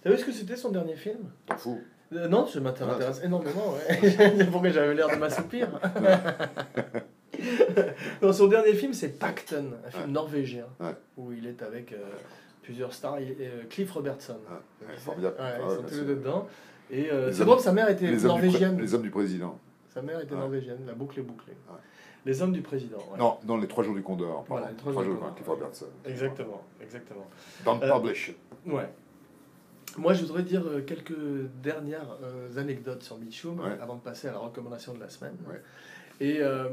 T'as vu ce que c'était son dernier film t'en fous Euh, Non, ça m'intéresse Ah, énormément. Ouais. C'est Pourquoi j'avais l'air de m'assoupir Dans son dernier film, c'est Pacton, un film Ouais. norvégien, Ouais. où il est avec euh, plusieurs stars. Il est, euh, Cliff Robertson. Ah, Ouais, c'est formidable. Ah ils sont ouais, bah, tous les c'est- deux dedans. Et euh, Les c'est hommes- drôle, sa mère était les hommes, du pré- norvégienne. les hommes du président. Sa mère était Ouais. norvégienne, la boucle est bouclée. Ouais. Les hommes du président. ouais. Non, dans les trois jours du Condor. Voilà, pardon. les les trois trois, jours jours hein, du du Condor. Condor. Cliff Robertson. Exactement, exactement. Don't Euh, publish. Ouais. Moi, je voudrais dire euh, quelques dernières euh, anecdotes sur Mitchum Ouais. avant de passer à la recommandation de la semaine. Ouais. Et euh,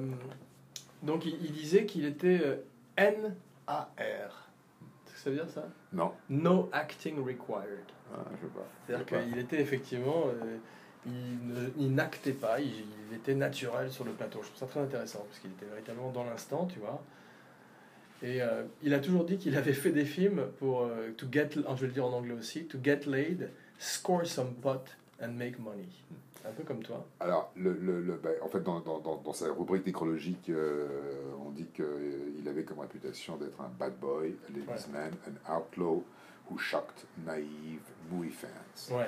donc, il, il disait qu'il était euh, NAR. C'est ce que ça veut dire ça Non, No acting required. Ah, je veux pas. C'est-à-dire Je veux qu'il était effectivement. euh, il ne- il n'actait pas, il, il était naturel sur le plateau. Je trouve ça très intéressant parce qu'il était véritablement dans l'instant, tu vois. Et euh, il a toujours dit qu'il avait fait des films pour euh, to get, je vais le dire en anglais aussi, to get laid, score some pot and make money. Un peu comme toi. pas. Alors, le, le, le- ben, en fait, dans, dans, dans, dans sa rubrique nécrologique, euh, on dit qu'il avait comme réputation d'être un bad boy, a ladies man, an outlaw who shocked naive movie fans. Ouais.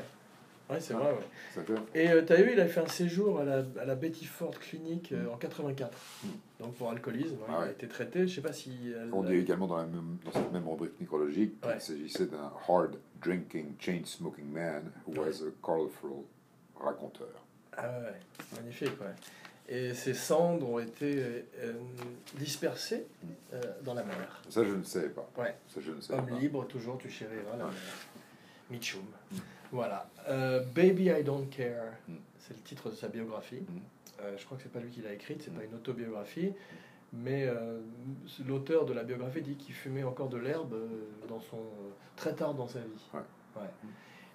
Ouais, Ah. c'est vrai, ouais. Ça fait Et euh, t'as vu, il a fait un séjour à la, à la Betty Ford Clinic euh, en 84. Mm. Donc pour alcoolisme, ouais, Ah il a ouais. été traité. Je sais pas si. euh, elle- On dit également dans, la même, dans cette même rubrique nécrologique Ouais. qu'il s'agissait d'un hard drinking, chain smoking man who was a colorful raconteur. Ah ouais, ouais, magnifique, ouais. Et ces cendres ont été euh, euh, dispersées euh, dans la mer. Ça, je ne savais pas. Ouais. Ça, je ne savais Homme pas. libre, toujours, tu chériras la Ouais. mer. Mitchum. Voilà. Euh, Baby I Don't Care, Mm. c'est le titre de sa biographie. Mm. Euh, je crois que c'est pas lui qui l'a écrite, c'est Mm. pas une autobiographie. Mais euh, l'auteur de la biographie dit qu'il fumait encore de l'herbe euh, dans son très tard dans sa vie. Ouais. Ouais.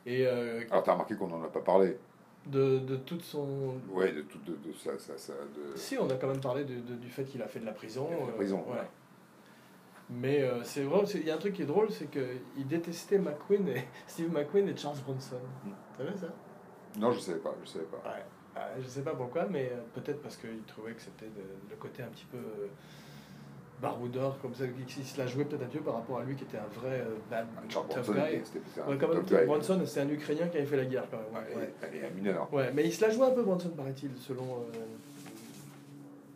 Et euh, Alors, t'as remarqué qu'on n'en a pas parlé. de, de toute son Ouais, de tout, de, de ça, ça, ça, de... Si, on a quand même parlé de- de- du fait qu'il a fait de la prison. Il a fait de la euh, prison, ouais. ouais. Mais euh, c'est vrai, c'est- il y a un truc qui est drôle, c'est qu'il détestait McQueen et Steve McQueen et Charles Bronson. Mm. T'as vu ça Non, je savais pas, je savais pas. Ah, Je sais pas pourquoi, mais euh, peut-être parce qu'il trouvait que c'était de- le côté un petit peu euh, baroudeur, comme ça, qu'il se la jouait peut-être un peu par rapport à lui qui était un vrai euh, bad Ah, Charles tough Bronson, guy. était- c'était c'était un Ouais, quand même, top guy. Bronson, c'est un Ukrainien qui avait fait la guerre quand même. Ouais, ouais. elle est- Elle est un mineur. Ouais, mais il se la jouait un peu, Bronson, paraît-il, selon euh,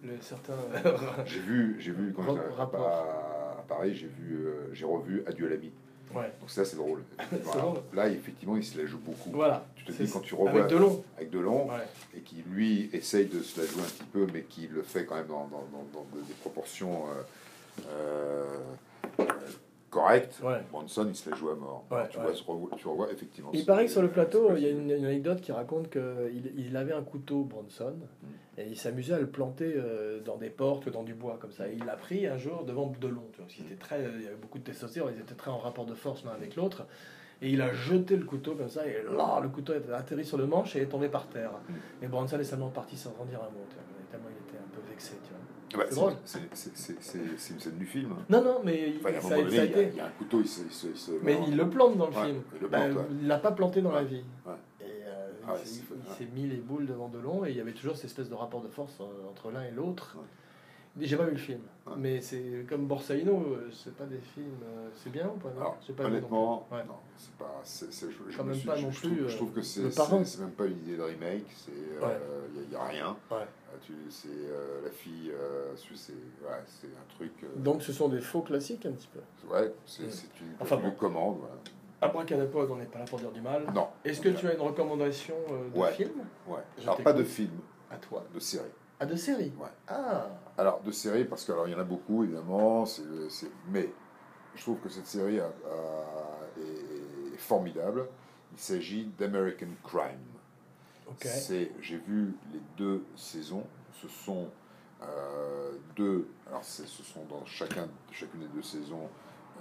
le certain. euh, J'ai vu, j'ai vu quand Rap- j'étais à, rapport. à- à Paris, j'ai vu, euh, j'ai revu Adieu à l'ami. ouais, Donc ça, c'est drôle. C'est Alors, drôle. Là, effectivement, il se la joue beaucoup. voilà. Tu te C'est- dis quand tu revois Avec avec, Delon. Delon Ouais. et qui lui essaye de se la jouer un petit peu, mais qui le fait quand même dans, dans- dans- dans de- des proportions euh, euh, euh, correctes. Ouais. Bronson, il se la joue à mort. Ouais, tu, ouais. Vois, se revois- tu revois effectivement. Il ce- paraît que sur le ce- plateau, ce- il y a une, une anecdote qui raconte qu'il il avait un couteau, Bronson, et il s'amusait à le planter euh, dans des portes, dans du bois, comme ça. Et il l'a pris un jour devant Delon, tu vois, parce qu'il était très, il y avait beaucoup de testostérone, ils étaient très en rapport de force l'un avec l'autre. Et il a jeté le couteau comme ça, et là, le couteau est atterri sur le manche et est tombé par terre. Et Bronson est seulement parti sans en dire un mot, tu vois, tellement il était un peu vexé, tu vois. Ah bah, C'est c'est- drôle. c'est- c'est- c'est- c'est- c'est une scène du film. Non, non, mais Enfin, il y a un ça, moment donné, ça a il y a- été. il y, a un couteau, il se. Il se, il se- Mais vraiment- il le plante dans le Ouais, film. il le Bah, plante, ouais. il l'a pas planté dans la Ouais, vie. ouais. Et euh, Ah, il c'est s'est- fou, il ouais. s'est mis les boules devant Delon et il y avait toujours cette espèce de rapport de force euh, entre l'un et l'autre. J'ai pas vu le film, Ouais. mais c'est comme Borsalino, euh, c'est pas des films. euh, C'est bien ou pas non Alors, J'ai pas vu non plus. honnêtement, Ouais. non, c'est pas. c'est- c'est- je, je Quand me même suis- pas je- non je plus, trouve, euh, je trouve que le c'est- parrain. c'est c'est même pas une idée de remake, c'est il Ouais. y, a rien. Ouais. Euh, tu- C'est euh, la fille, euh, c'est c'est- ouais, c'est un truc. euh, Donc ce sont des faux classiques un petit peu. ouais, c'est Mm. c'est une, Enfin une bon. commande. voilà. Abracadapod, on n'est pas là pour dire du mal. Non. Est-ce que tu as une recommandation euh, de Ouais. film Ouais. Je Alors t'écoute. pas de film, À toi. de série. Ah, de série Ouais. Ah Alors, de séries, parce qu'il y en a beaucoup, évidemment, c'est, c'est- mais je trouve que cette série a- a- est, est formidable. Il s'agit d'American Crime. Ok. C'est, j'ai vu les deux saisons, ce sont euh, deux, alors c'est- ce sont dans chacun, chacune des deux saisons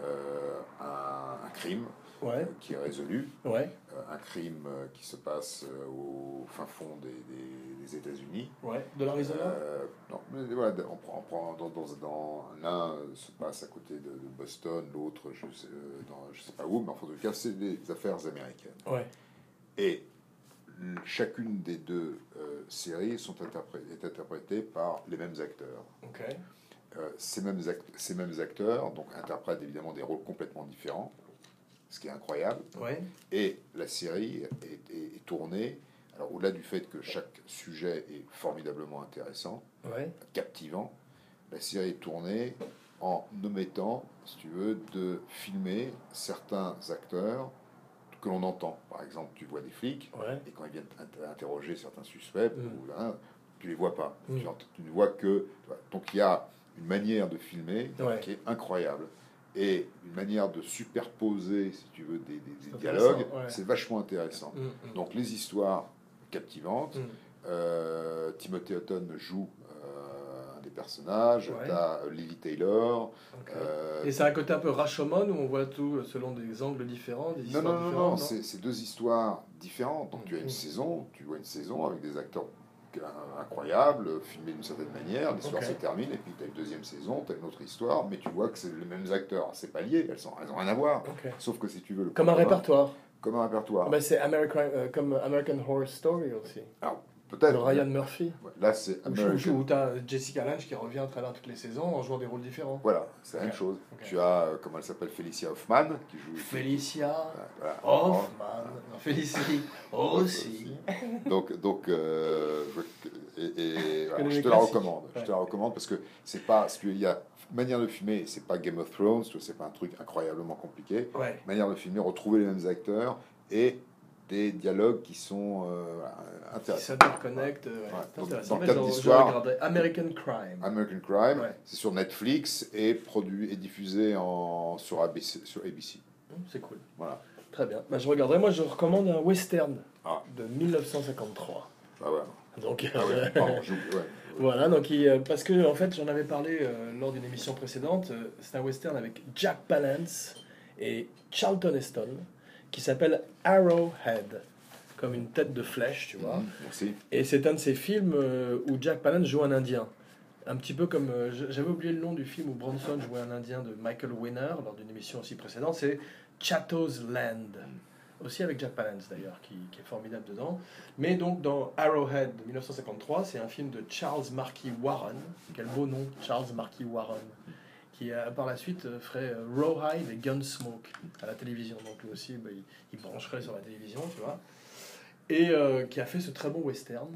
euh, un, un crime Ouais, euh, qui est résolu, ouais, euh, un crime euh, qui se passe euh, au fin fond des- des- des États-Unis. ouais. De l'Arizona Euh, non, mais voilà, on prend, on prend dans, dans, dans- l'un euh, se passe à côté de, de Boston, l'autre je sais, euh, dans- je sais pas où, mais en tout cas c'est des affaires américaines. Ouais. Et l- chacune des deux euh, séries sont interpré- est interprétée par les mêmes acteurs. Ok. Euh, ces, mêmes act- ces mêmes acteurs donc interprètent évidemment des rôles complètement différents, ce qui est incroyable. Ouais. Et la série est, est- est tournée. Alors au-delà du fait que chaque sujet est formidablement intéressant Ouais. captivant. La série est tournée en omettant, si tu veux, de filmer certains acteurs que l'on entend. Par exemple, tu vois des flics, Ouais. et quand ils viennent inter- interroger certains suspects, Mm. ou là, tu les vois pas. Mm. Tu, n'ent- tu ne vois que. Donc il y a une manière de filmer Ouais. qui est incroyable. Et une manière de superposer, si tu veux, des, des- des C'est dialogues, intéressant, ouais. c'est vachement intéressant. Mm, mm, Donc les histoires captivantes, mm. euh, Timothy Hutton joue euh, un des personnages. Ouais. T'as euh, Lily Taylor. Ok. euh, Et c'est un côté un peu Rashomon où on voit tout selon des angles différents, des non, histoires non, non, non, différentes. c'est c'est deux histoires différentes. Donc tu as une Mhm. saison, tu vois une saison avec des acteurs in- incroyables, filmés d'une certaine manière. L'histoire Ok. se termine et puis tu as une deuxième saison, tu as une autre histoire, mais tu vois que c'est les mêmes acteurs. C'est pas lié, elles sont, elles ont rien à voir. non Ok. Sauf que si tu veux le Comme un point commun- répertoire. Comme un répertoire. Bah, c'est American, euh, comme American Horror Story aussi. De Peut-être. Ryan Murphy. Ouais, Là, c'est Où, je- où je- American où t'as Jessica Lange qui revient à travers toutes les saisons en jouant des rôles différents. Voilà, c'est la même Ok. chose. Ok. Tu as, euh, comment elle s'appelle, Felicia Hoffman, qui joue. Felicia Voilà. Hoffman. Non, Felicity aussi. Donc, donc euh, je, et- et- voilà, connais je les te la classiques. recommande. Je Ouais. te la recommande parce que c'est pas, parce qu'il y a manière de filmer, c'est pas Game of Thrones, tu vois, c'est pas un truc incroyablement compliqué. Ouais. Manière de filmer, retrouver les mêmes acteurs et des dialogues qui sont euh, voilà, Qui intéressants. s'interconnectent. ouais, Ouais. C'est Donc, intéressant. dans Ah. Mais le cadre je- je d'histoire- regardais American Crime. American Crime, Ouais. c'est sur Netflix et produit et diffusé en sur ABC. Sur ABC. Hum, C'est cool. Voilà. Très bien. Bah, je regarderai. Moi, je recommande un western Ah. de 1953. Ah ouais. Donc, Ah euh, ouais. Pardon, j'ai oublié, ouais. Voilà, donc il, euh, parce que en fait j'en avais parlé euh, lors d'une émission précédente, euh, c'est un western avec Jack Palance et Charlton Heston qui s'appelle Arrowhead, comme une tête de flèche, tu vois. Mhm, Merci. Et c'est un de ces films euh, où Jack Palance joue un Indien. Un petit peu comme. euh, j- J'avais oublié le nom du film où Bronson jouait un Indien de Michael Winner lors d'une émission aussi précédente. C'est Chatto's Land. Aussi avec Jack Palance d'ailleurs, qui, qui est formidable dedans. Mais donc dans Arrowhead de 1953, c'est un film de Charles Marquis Warren. Quel beau nom, Charles Marquis Warren. Qui euh, par la suite euh, ferait euh, Rawhide et Gunsmoke à la télévision. Donc lui aussi, bah, il, il brancherait sur la télévision, tu vois et euh, qui a fait ce très bon western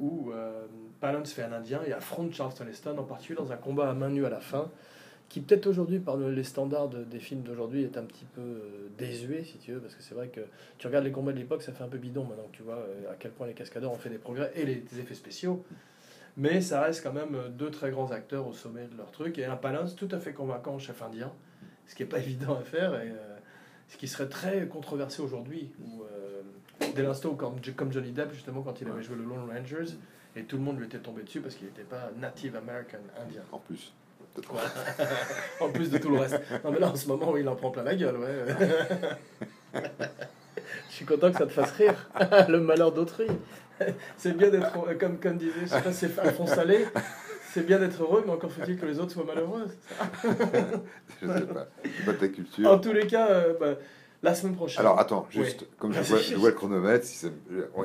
où euh, Palance fait un indien et affronte Charleston Heston, en particulier dans un combat à main nue à la fin, qui peut-être aujourd'hui, par le- les standards de- des films d'aujourd'hui, est un petit peu euh, désuet, si tu veux, parce que c'est vrai que tu regardes les combats de l'époque, ça fait un peu bidon maintenant que tu vois euh, à quel point les cascadeurs ont fait des progrès et les, des effets spéciaux. Mais ça reste quand même euh, deux très grands acteurs au sommet de leur truc et un Palance tout à fait convaincant, chef indien, ce qui n'est pas évident à faire et euh, ce qui serait très controversé aujourd'hui. où, euh, Dès l'instant où, comme, comme Johnny Depp, justement, quand il avait Ouais. joué le Lone Rangers, et tout le monde lui était tombé dessus parce qu'il n'était pas native American, indien. En plus. Peut-être. Voilà. en plus de tout le reste. Non, mais là, en ce moment, il en prend plein la gueule, ouais. Je suis content que ça te fasse rire. le malheur d'autrui. c'est bien d'être, euh, comme, comme disait, je sais pas, c'est Alphonse Allais, c'est bien d'être heureux, mais encore faut-il que les autres soient malheureux. Je sais pas. C'est pas ta culture. En tous les cas, euh, bah, La semaine prochaine. Alors attends, Oui. juste, comme je vois, je vois le chronomètre, si ça-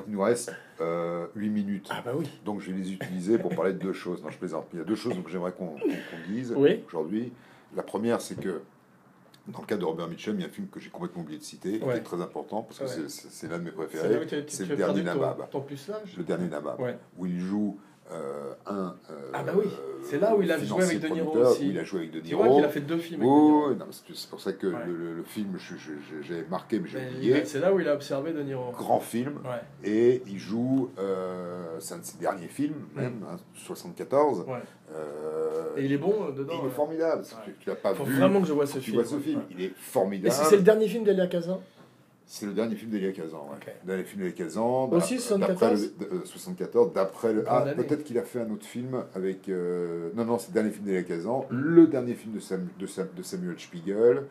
il nous reste 8 minutes. Ah bah oui. Donc je vais les utiliser pour parler de deux choses. Non, je plaisante. Il y a deux choses que j'aimerais qu'on qu'on- qu'on dise Oui. aujourd'hui. La première, c'est que dans le cas de Robert Mitchum, il y a un film que j'ai complètement oublié de citer, qui Ouais. est très important, parce que Ouais. c'est- c'est c'est l'un de mes C'est là où préférés, tu- tu- c'est tu le as perdu dernier ton- nabab. Ton plus large le dernier Nabab, Ouais. où il joue euh, un... euh, Ah bah oui, c'est là où il a joué financier avec De Niro producteur, aussi. où il a joué avec De Tu vois qu'il Niro. a fait deux films. avec Oui, De Niro. oui, non, mais c'est c'est pour ça que Ouais. le, le- le film, je- je- je- j'ai marqué, mais j'ai Mais oublié. il- C'est là où il a observé De Niro. Grand film, Ouais, et il joue, euh, c'est un de ses derniers films, même, hein, 74. Mm. ouais. euh, Et il est bon euh, et dedans. il est euh. formidable, parce que Ouais. tu, tu l'as pas Faut vu, vraiment que je vois ce tu film. vois ce film, il est formidable. Et c'est c'est le dernier film d'Elia Kazan C'est le dernier film d'Elia Kazan. Ouais. Ok. Le dernier film d'Elia Kazan. Aussi, d'après- d'après 74? le- d- euh, 74, d'après le. Grande Ah, année. peut-être qu'il a fait un autre film avec. euh, Non, non, c'est le dernier film d'Elia Kazan. Le dernier film de, Sam- de, Sam- de Samuel Spiegel.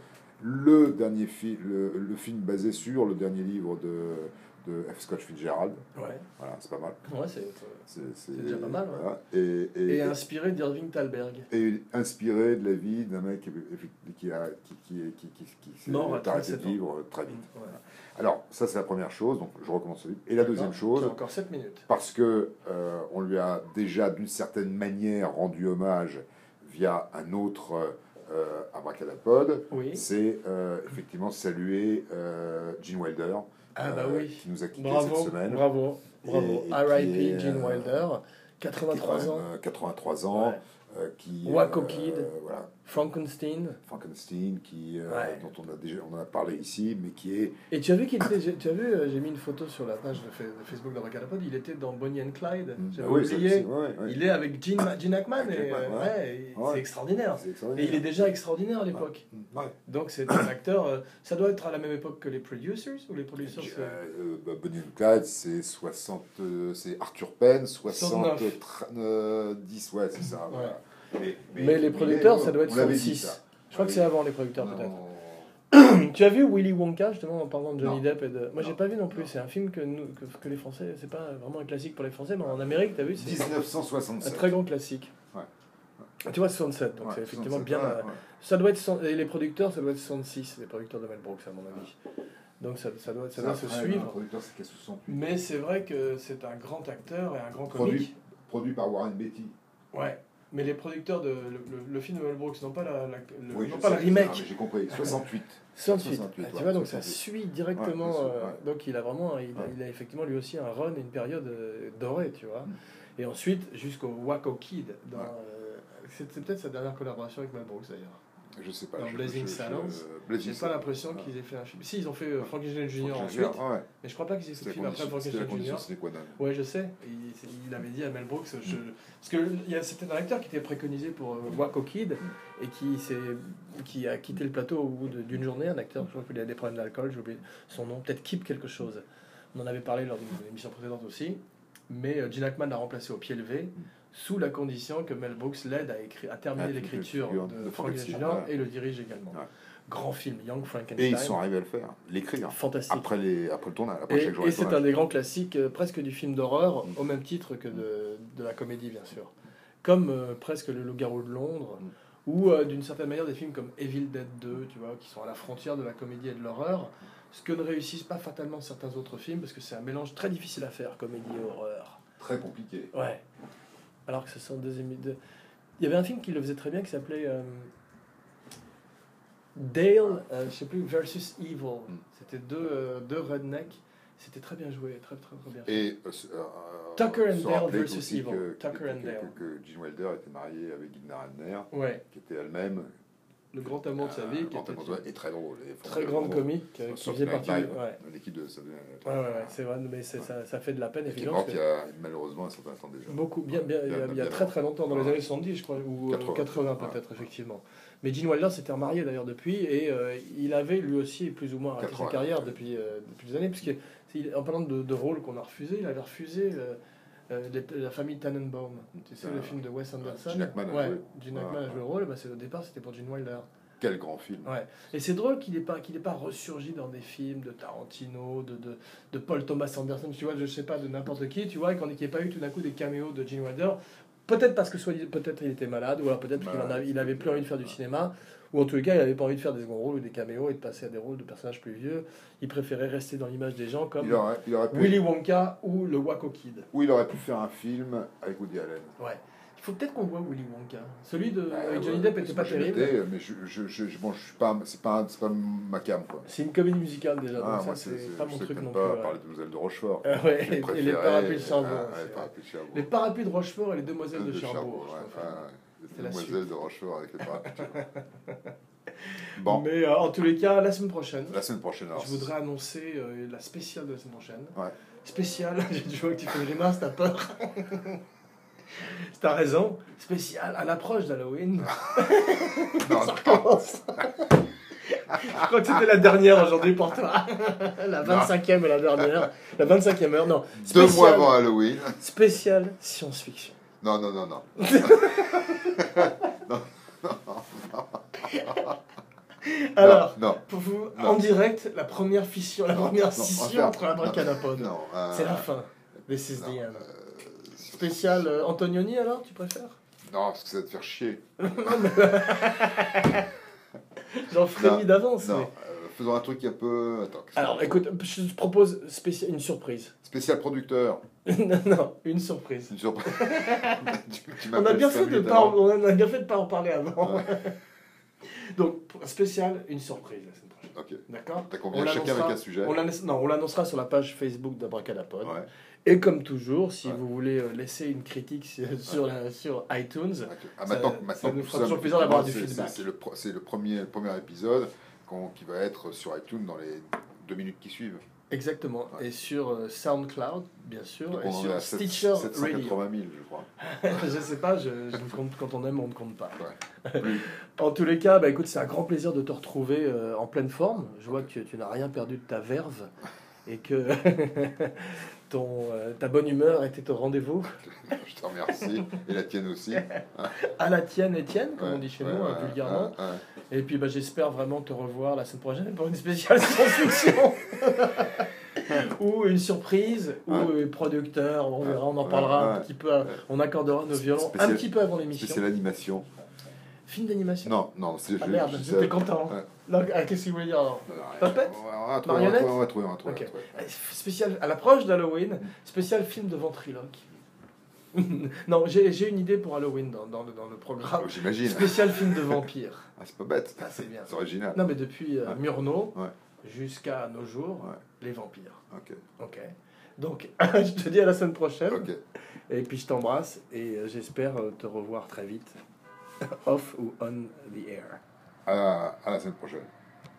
Le dernier film, le, le film basé sur le dernier livre de, de F. Scott Fitzgerald. Ouais, Voilà, c'est pas mal. ouais c'est. C'est c'est- C'est déjà pas mal, ouais. voilà. Et, et- Et inspiré d'Irving Thalberg. et inspiré de la vie d'un mec qui, qui, a- qui, qui, qui, qui, qui s'est Mort à arrêté de 37 ans. vivre très vite. Ouais. Alors, ça, c'est la première chose, donc je recommence ce livre. Et la deuxième D'accord. chose, T'as encore 7 minutes. parce que euh, on lui a déjà, d'une certaine manière, rendu hommage via un autre euh, abracadapod, Oui. c'est euh, effectivement saluer euh, Gene Wilder, Ah bah euh, oui. qui nous a quittés Bravo, cette semaine. bravo, bravo. Et- et qui R.I.P. est, Gene euh, Wilder, qui est quand 83 ans. même, euh, 83 ans, Ouais. euh, qui Waco Kid. voilà, Frankenstein. Frankenstein, qui, euh, Ouais. dont on a déjà on en a parlé ici, mais qui est Et tu as vu qu'il était, j'ai- tu as vu, euh, j'ai mis une photo sur la page de, fa- de Facebook d'Abracadapod, il était dans Bonnie and Clyde. J'avais Ah oui, c'est- oublié. c'est- ouais, ouais. Il est avec Gene, Ma- Gene Hackman Avec et Hackman, euh, ouais. ouais, et Ouais. c'est extraordinaire. C'est extraordinaire. Et il est déjà extraordinaire à l'époque. Ouais. Donc c'est un acteur. euh, ça doit être à la même époque que les producers ou les producers. Euh, c'est- euh, bah, Bonnie and Clyde, c'est 60, euh, c'est Arthur Penn, 69. 70, ouais, c'est ça. voilà. Mais, Mais, les producteurs, mais, ça doit être on l'avait dit, 106. ça. Je crois Ah que oui. c'est avant les producteurs Non, peut-être. non, Tu as vu Willy Wonka, justement, en parlant de Johnny Non. Depp et de... Moi, j'ai Non. pas vu non plus. Non. C'est un film que, nous, que, que les Français... C'est pas vraiment un classique pour les Français, mais en Amérique, t'as vu, c'est un 1967. très grand classique. Ah, Ouais. Tu vois, 67, donc Ouais, c'est effectivement 67, bien... ouais, euh, ouais. Ça doit être... cent- Et les producteurs, ça doit être 66, les producteurs de Mel Brooks, à mon avis. Donc ça, ça doit, ça doit C'est se un très grand suivre. producteur, c'est qu'est-ce que son- Mais c'est vrai que c'est un grand acteur et un grand Produit. comique. Produit par Warren Beatty. Ouais. Mais les producteurs de... Le, le- le film de Mel Brooks, non pas, la, la- le, Oui, non je pas le sais, remake. J'ai compris. 68. 68. 68, Ah, tu ouais, vois, donc 68. ça suit directement. Ouais, bien sûr, euh, ouais. donc il a vraiment, il, a- Ouais. il a effectivement lui aussi un run, et une période euh, dorée, tu vois. Mm. Et ensuite jusqu'au Waco Kid. dans, Ouais. euh, c'est c'est peut-être sa dernière collaboration avec Mel Brooks d'ailleurs. Je sais pas. Dans je- Blazing je- je- Saddles, euh, Blazing J'ai pas Saddles. l'impression Ouais. qu'ils aient fait un film. Si, ils ont fait euh, Frankenstein Jr. Frank ensuite, Jr., ouais. mais je crois pas qu'ils aient fait C'était de la film après condition- c'était Frankenstein la Jr. condition sine qua non. Ouais, je sais. Il, c'est- il avait dit à Mel Brooks, je- parce que il y a- c'était un acteur qui était préconisé pour euh, Waco Kid et qui, s'est- qui a quitté le plateau au bout de- d'une journée. Un acteur, je crois qu'il a des problèmes d'alcool, j'ai oublié son nom, peut-être Kip quelque chose. On en avait parlé lors d'une émission précédente aussi. Mais euh, Gene Hackman l'a remplacé au pied levé, sous la condition que Mel Brooks l'aide à, écri- à terminer Ah, l'écriture de- de- de, de Frankenstein Frankenstein, Jr. ouais. et le dirige également. Ouais. Grand film, Young Et Frankenstein. ils sont arrivés hein. à le faire, l'écrire. Fantastique. Après, les, après le tournage, après Et, chaque jour et de c'est un tournage. des grands classiques euh, presque du film d'horreur, Mm. au même titre que de, de la comédie, bien sûr. Comme euh, presque Le Loup-garou de Londres, ou euh, d'une certaine manière des films comme Evil Dead 2, tu vois, qui sont à la frontière de la comédie et de l'horreur, ce que ne réussissent pas fatalement certains autres films, parce que c'est un mélange très difficile à faire, comédie et horreur. Très compliqué. Ouais. Alors que ce sont deux... émi- deux- Il y avait un film qui le faisait très bien, qui s'appelait... euh, Dale, euh, je sais plus, versus Evil. Mm. C'était deux, euh, deux rednecks. C'était très bien joué, très très, très bien. Et, euh, Tucker and se Dale rappeler versus aussi Evil. Que, Tucker que- and que- Dale. que- que Gene Wilder était marié avec Gina Radner, Ouais, qui était elle-même. le grand amour de sa un vie, qui Ah, grand était amant de une sa vie, Et très drôle. et très formidable. grande comique, euh, qui Sauf faisait Night partie... Live, du- Ouais. dans euh, L'équipe de. Saturday Night Ouais, Live. ouais, ouais, c'est vrai, mais c'est- ça, ça fait de la peine, Et Qui est évidemment. morte parce il y que a malheureusement un certain temps déjà. Beaucoup, bien, bien, il y a, il y a très très longtemps, dans les années 70, je crois, ou euh, 80, 80, peut-être, effectivement. Mais Gene Wilder s'était remarié d'ailleurs depuis, et euh, il avait lui aussi plus ou moins arrêté sa 80, carrière ouais. depuis, euh, depuis des années, puisque c'est- en parlant de, de rôle qu'on a refusé, il avait refusé euh, euh, les- la famille Tannenbaum. Tu sais, le Ah. film de Wes Anderson. Gene Hackman a Ouais, joué. Gene Hackman a Ah. joué le rôle, bah, c'est- au départ c'était pour Gene Wilder. Quel grand film. Ouais. Et c'est drôle qu'il n'ait pas, qu'il ait pas ressurgi dans des films de Tarantino, de, de, de Paul Thomas Anderson, tu vois, je sais pas, de n'importe qui, tu vois, et qu'on- qu'il n'y ait pas eu tout d'un coup des caméos de Gene Wilder. Peut-être parce que soit peut-être il était malade, ou alors peut-être qu'il en Malade. avait, il avait plus envie de faire du cinéma, Ou en tout cas, il n'avait pas envie de faire des seconds rôles ou des caméos et de passer à des rôles de personnages plus vieux. Il préférait rester dans l'image des gens comme Il aurait, il aurait pu, Willy Wonka ou le Waco Kid. ou il aurait pu faire un film avec Woody Allen. Ouais. Il faut peut-être qu'on voit Willy Wonka. Celui de Bah, avec Euh, Johnny ouais, Depp parce était que pas je terrible. l'étais, Mais je, je, je, je- bon, je suis pas, c'est pas, c'est pas ma cam quoi. C'est une comédie musicale déjà, donc Ah, ça c'est pas je mon sais truc peut-être non plus. pas ouais. parler de Demoiselles de Rochefort. Ah ouais, J'ai et, préféré, les parapluies de Cherbourg. ah, c'est Les vrai. parapluies de Cherbourg. les parapluies de Rochefort et les Celle demoiselles de, Cherbourg. je ouais, préfère. ouais, les C'est la Demoiselles de Rochefort avec les parapluies de Cherbourg. Bon, Mais euh, en tous les cas, la semaine prochaine, la semaine prochaine alors. je voudrais annoncer euh, la spéciale de la semaine prochaine. Ouais. Spéciale, je vois que tu fais une grimace, t'as peur. t'as raison. Spéciale à l'approche d'Halloween. Non, Ça non, recommence. Je crois que c'était la dernière aujourd'hui pour toi. La 25e et la dernière. La 25e heure, non. Deux mois Spéciale- avant Halloween. Spéciale science-fiction. Non, non, non, non. Alors, Non, non. pour vous, Non. en direct, la première fission, la Non, première non, on va scission faire- entre la braque et la pomme. Non, euh, C'est la fin. This is the non, end. euh, Spécial euh, Antonioni alors, tu préfères Non, parce que ça va te faire chier. J'en frémis d'avance. mais- Non, euh, faisons un truc un peu. Attends, qu'est-ce Alors qu'on- écoute, je te propose spéci- une surprise. Spécial producteur. non, non, une surprise. C'est une surprise. Tu- tu On a, m'appelles bien cinq fait de minutes pas, avant. on a bien fait de pas en parler avant. Ouais. Donc, pour- spécial, une surprise la semaine prochaine. Ok. D'accord T'as On combien chacun l'annoncera- avec un sujet on l'annonce- non, on l'annoncera sur la page Facebook d'Abracadapod. Ouais. Et comme toujours, si Ouais. vous voulez euh, laisser une critique sur, sur la- sur iTunes, Ok. Ah, Ça- maintenant, ça maintenant nous que fera sommes- toujours plaisir d'avoir c'est- du c'est- feedback. C'est le, pro- c'est le premier, le premier épisode qu'on- qui va être sur iTunes dans les deux minutes qui suivent. exactement, Ouais. et sur euh, SoundCloud, bien sûr, Donc et on en est à sur sept- Stitcher Radio. 780 000, je crois. je sais pas, je, je ne compte quand on aime, on ne compte pas. Plus. En tous les cas, bah, écoute, c'est un grand plaisir de te retrouver euh, en pleine forme. Je vois que tu, tu n'as rien perdu de ta verve et que ton, euh, ta bonne humeur était au rendez-vous. je te remercie. Et la tienne aussi. À la tienne, Étienne, comme Ouais, on dit chez ouais, nous, ouais, hein, vulgairement. ouais, ouais. Et puis bah, j'espère vraiment te revoir la semaine prochaine pour une spéciale science-fiction. ou une surprise, ou Ouais. euh, producteur, on verra, on en Ouais, parlera un ouais. petit peu. à- On accordera nos violons un Spécial- petit peu avant Mais l'émission. c'est l'animation. Film d'animation. Non, non, c'est Ah je- merde, je- j'étais content. Ouais. Non, ah, Qu'est-ce que vous voulez dire alors Non, non, rien. Puppet On va- on va trouver, on va Marionnette trouver, on va trouver, on va trouver, on va Ok. trouver. Euh, Spécial, à l'approche d'Halloween, spécial film de ventriloque. non, j'ai j'ai une idée pour Halloween dans, dans le, dans le Ah, programme. J'imagine. Spécial film de vampire. Ah, c'est pas bête. Ah, c'est bien. C'est original. Non, mais depuis euh, Ouais. Murnau Ouais. jusqu'à nos jours, Ouais. les vampires. Ok. Ok. Donc, je te dis à la semaine prochaine. Ok. Et puis, je t'embrasse et euh, j'espère euh, te revoir très vite. Off ou on the air. À- à la semaine prochaine.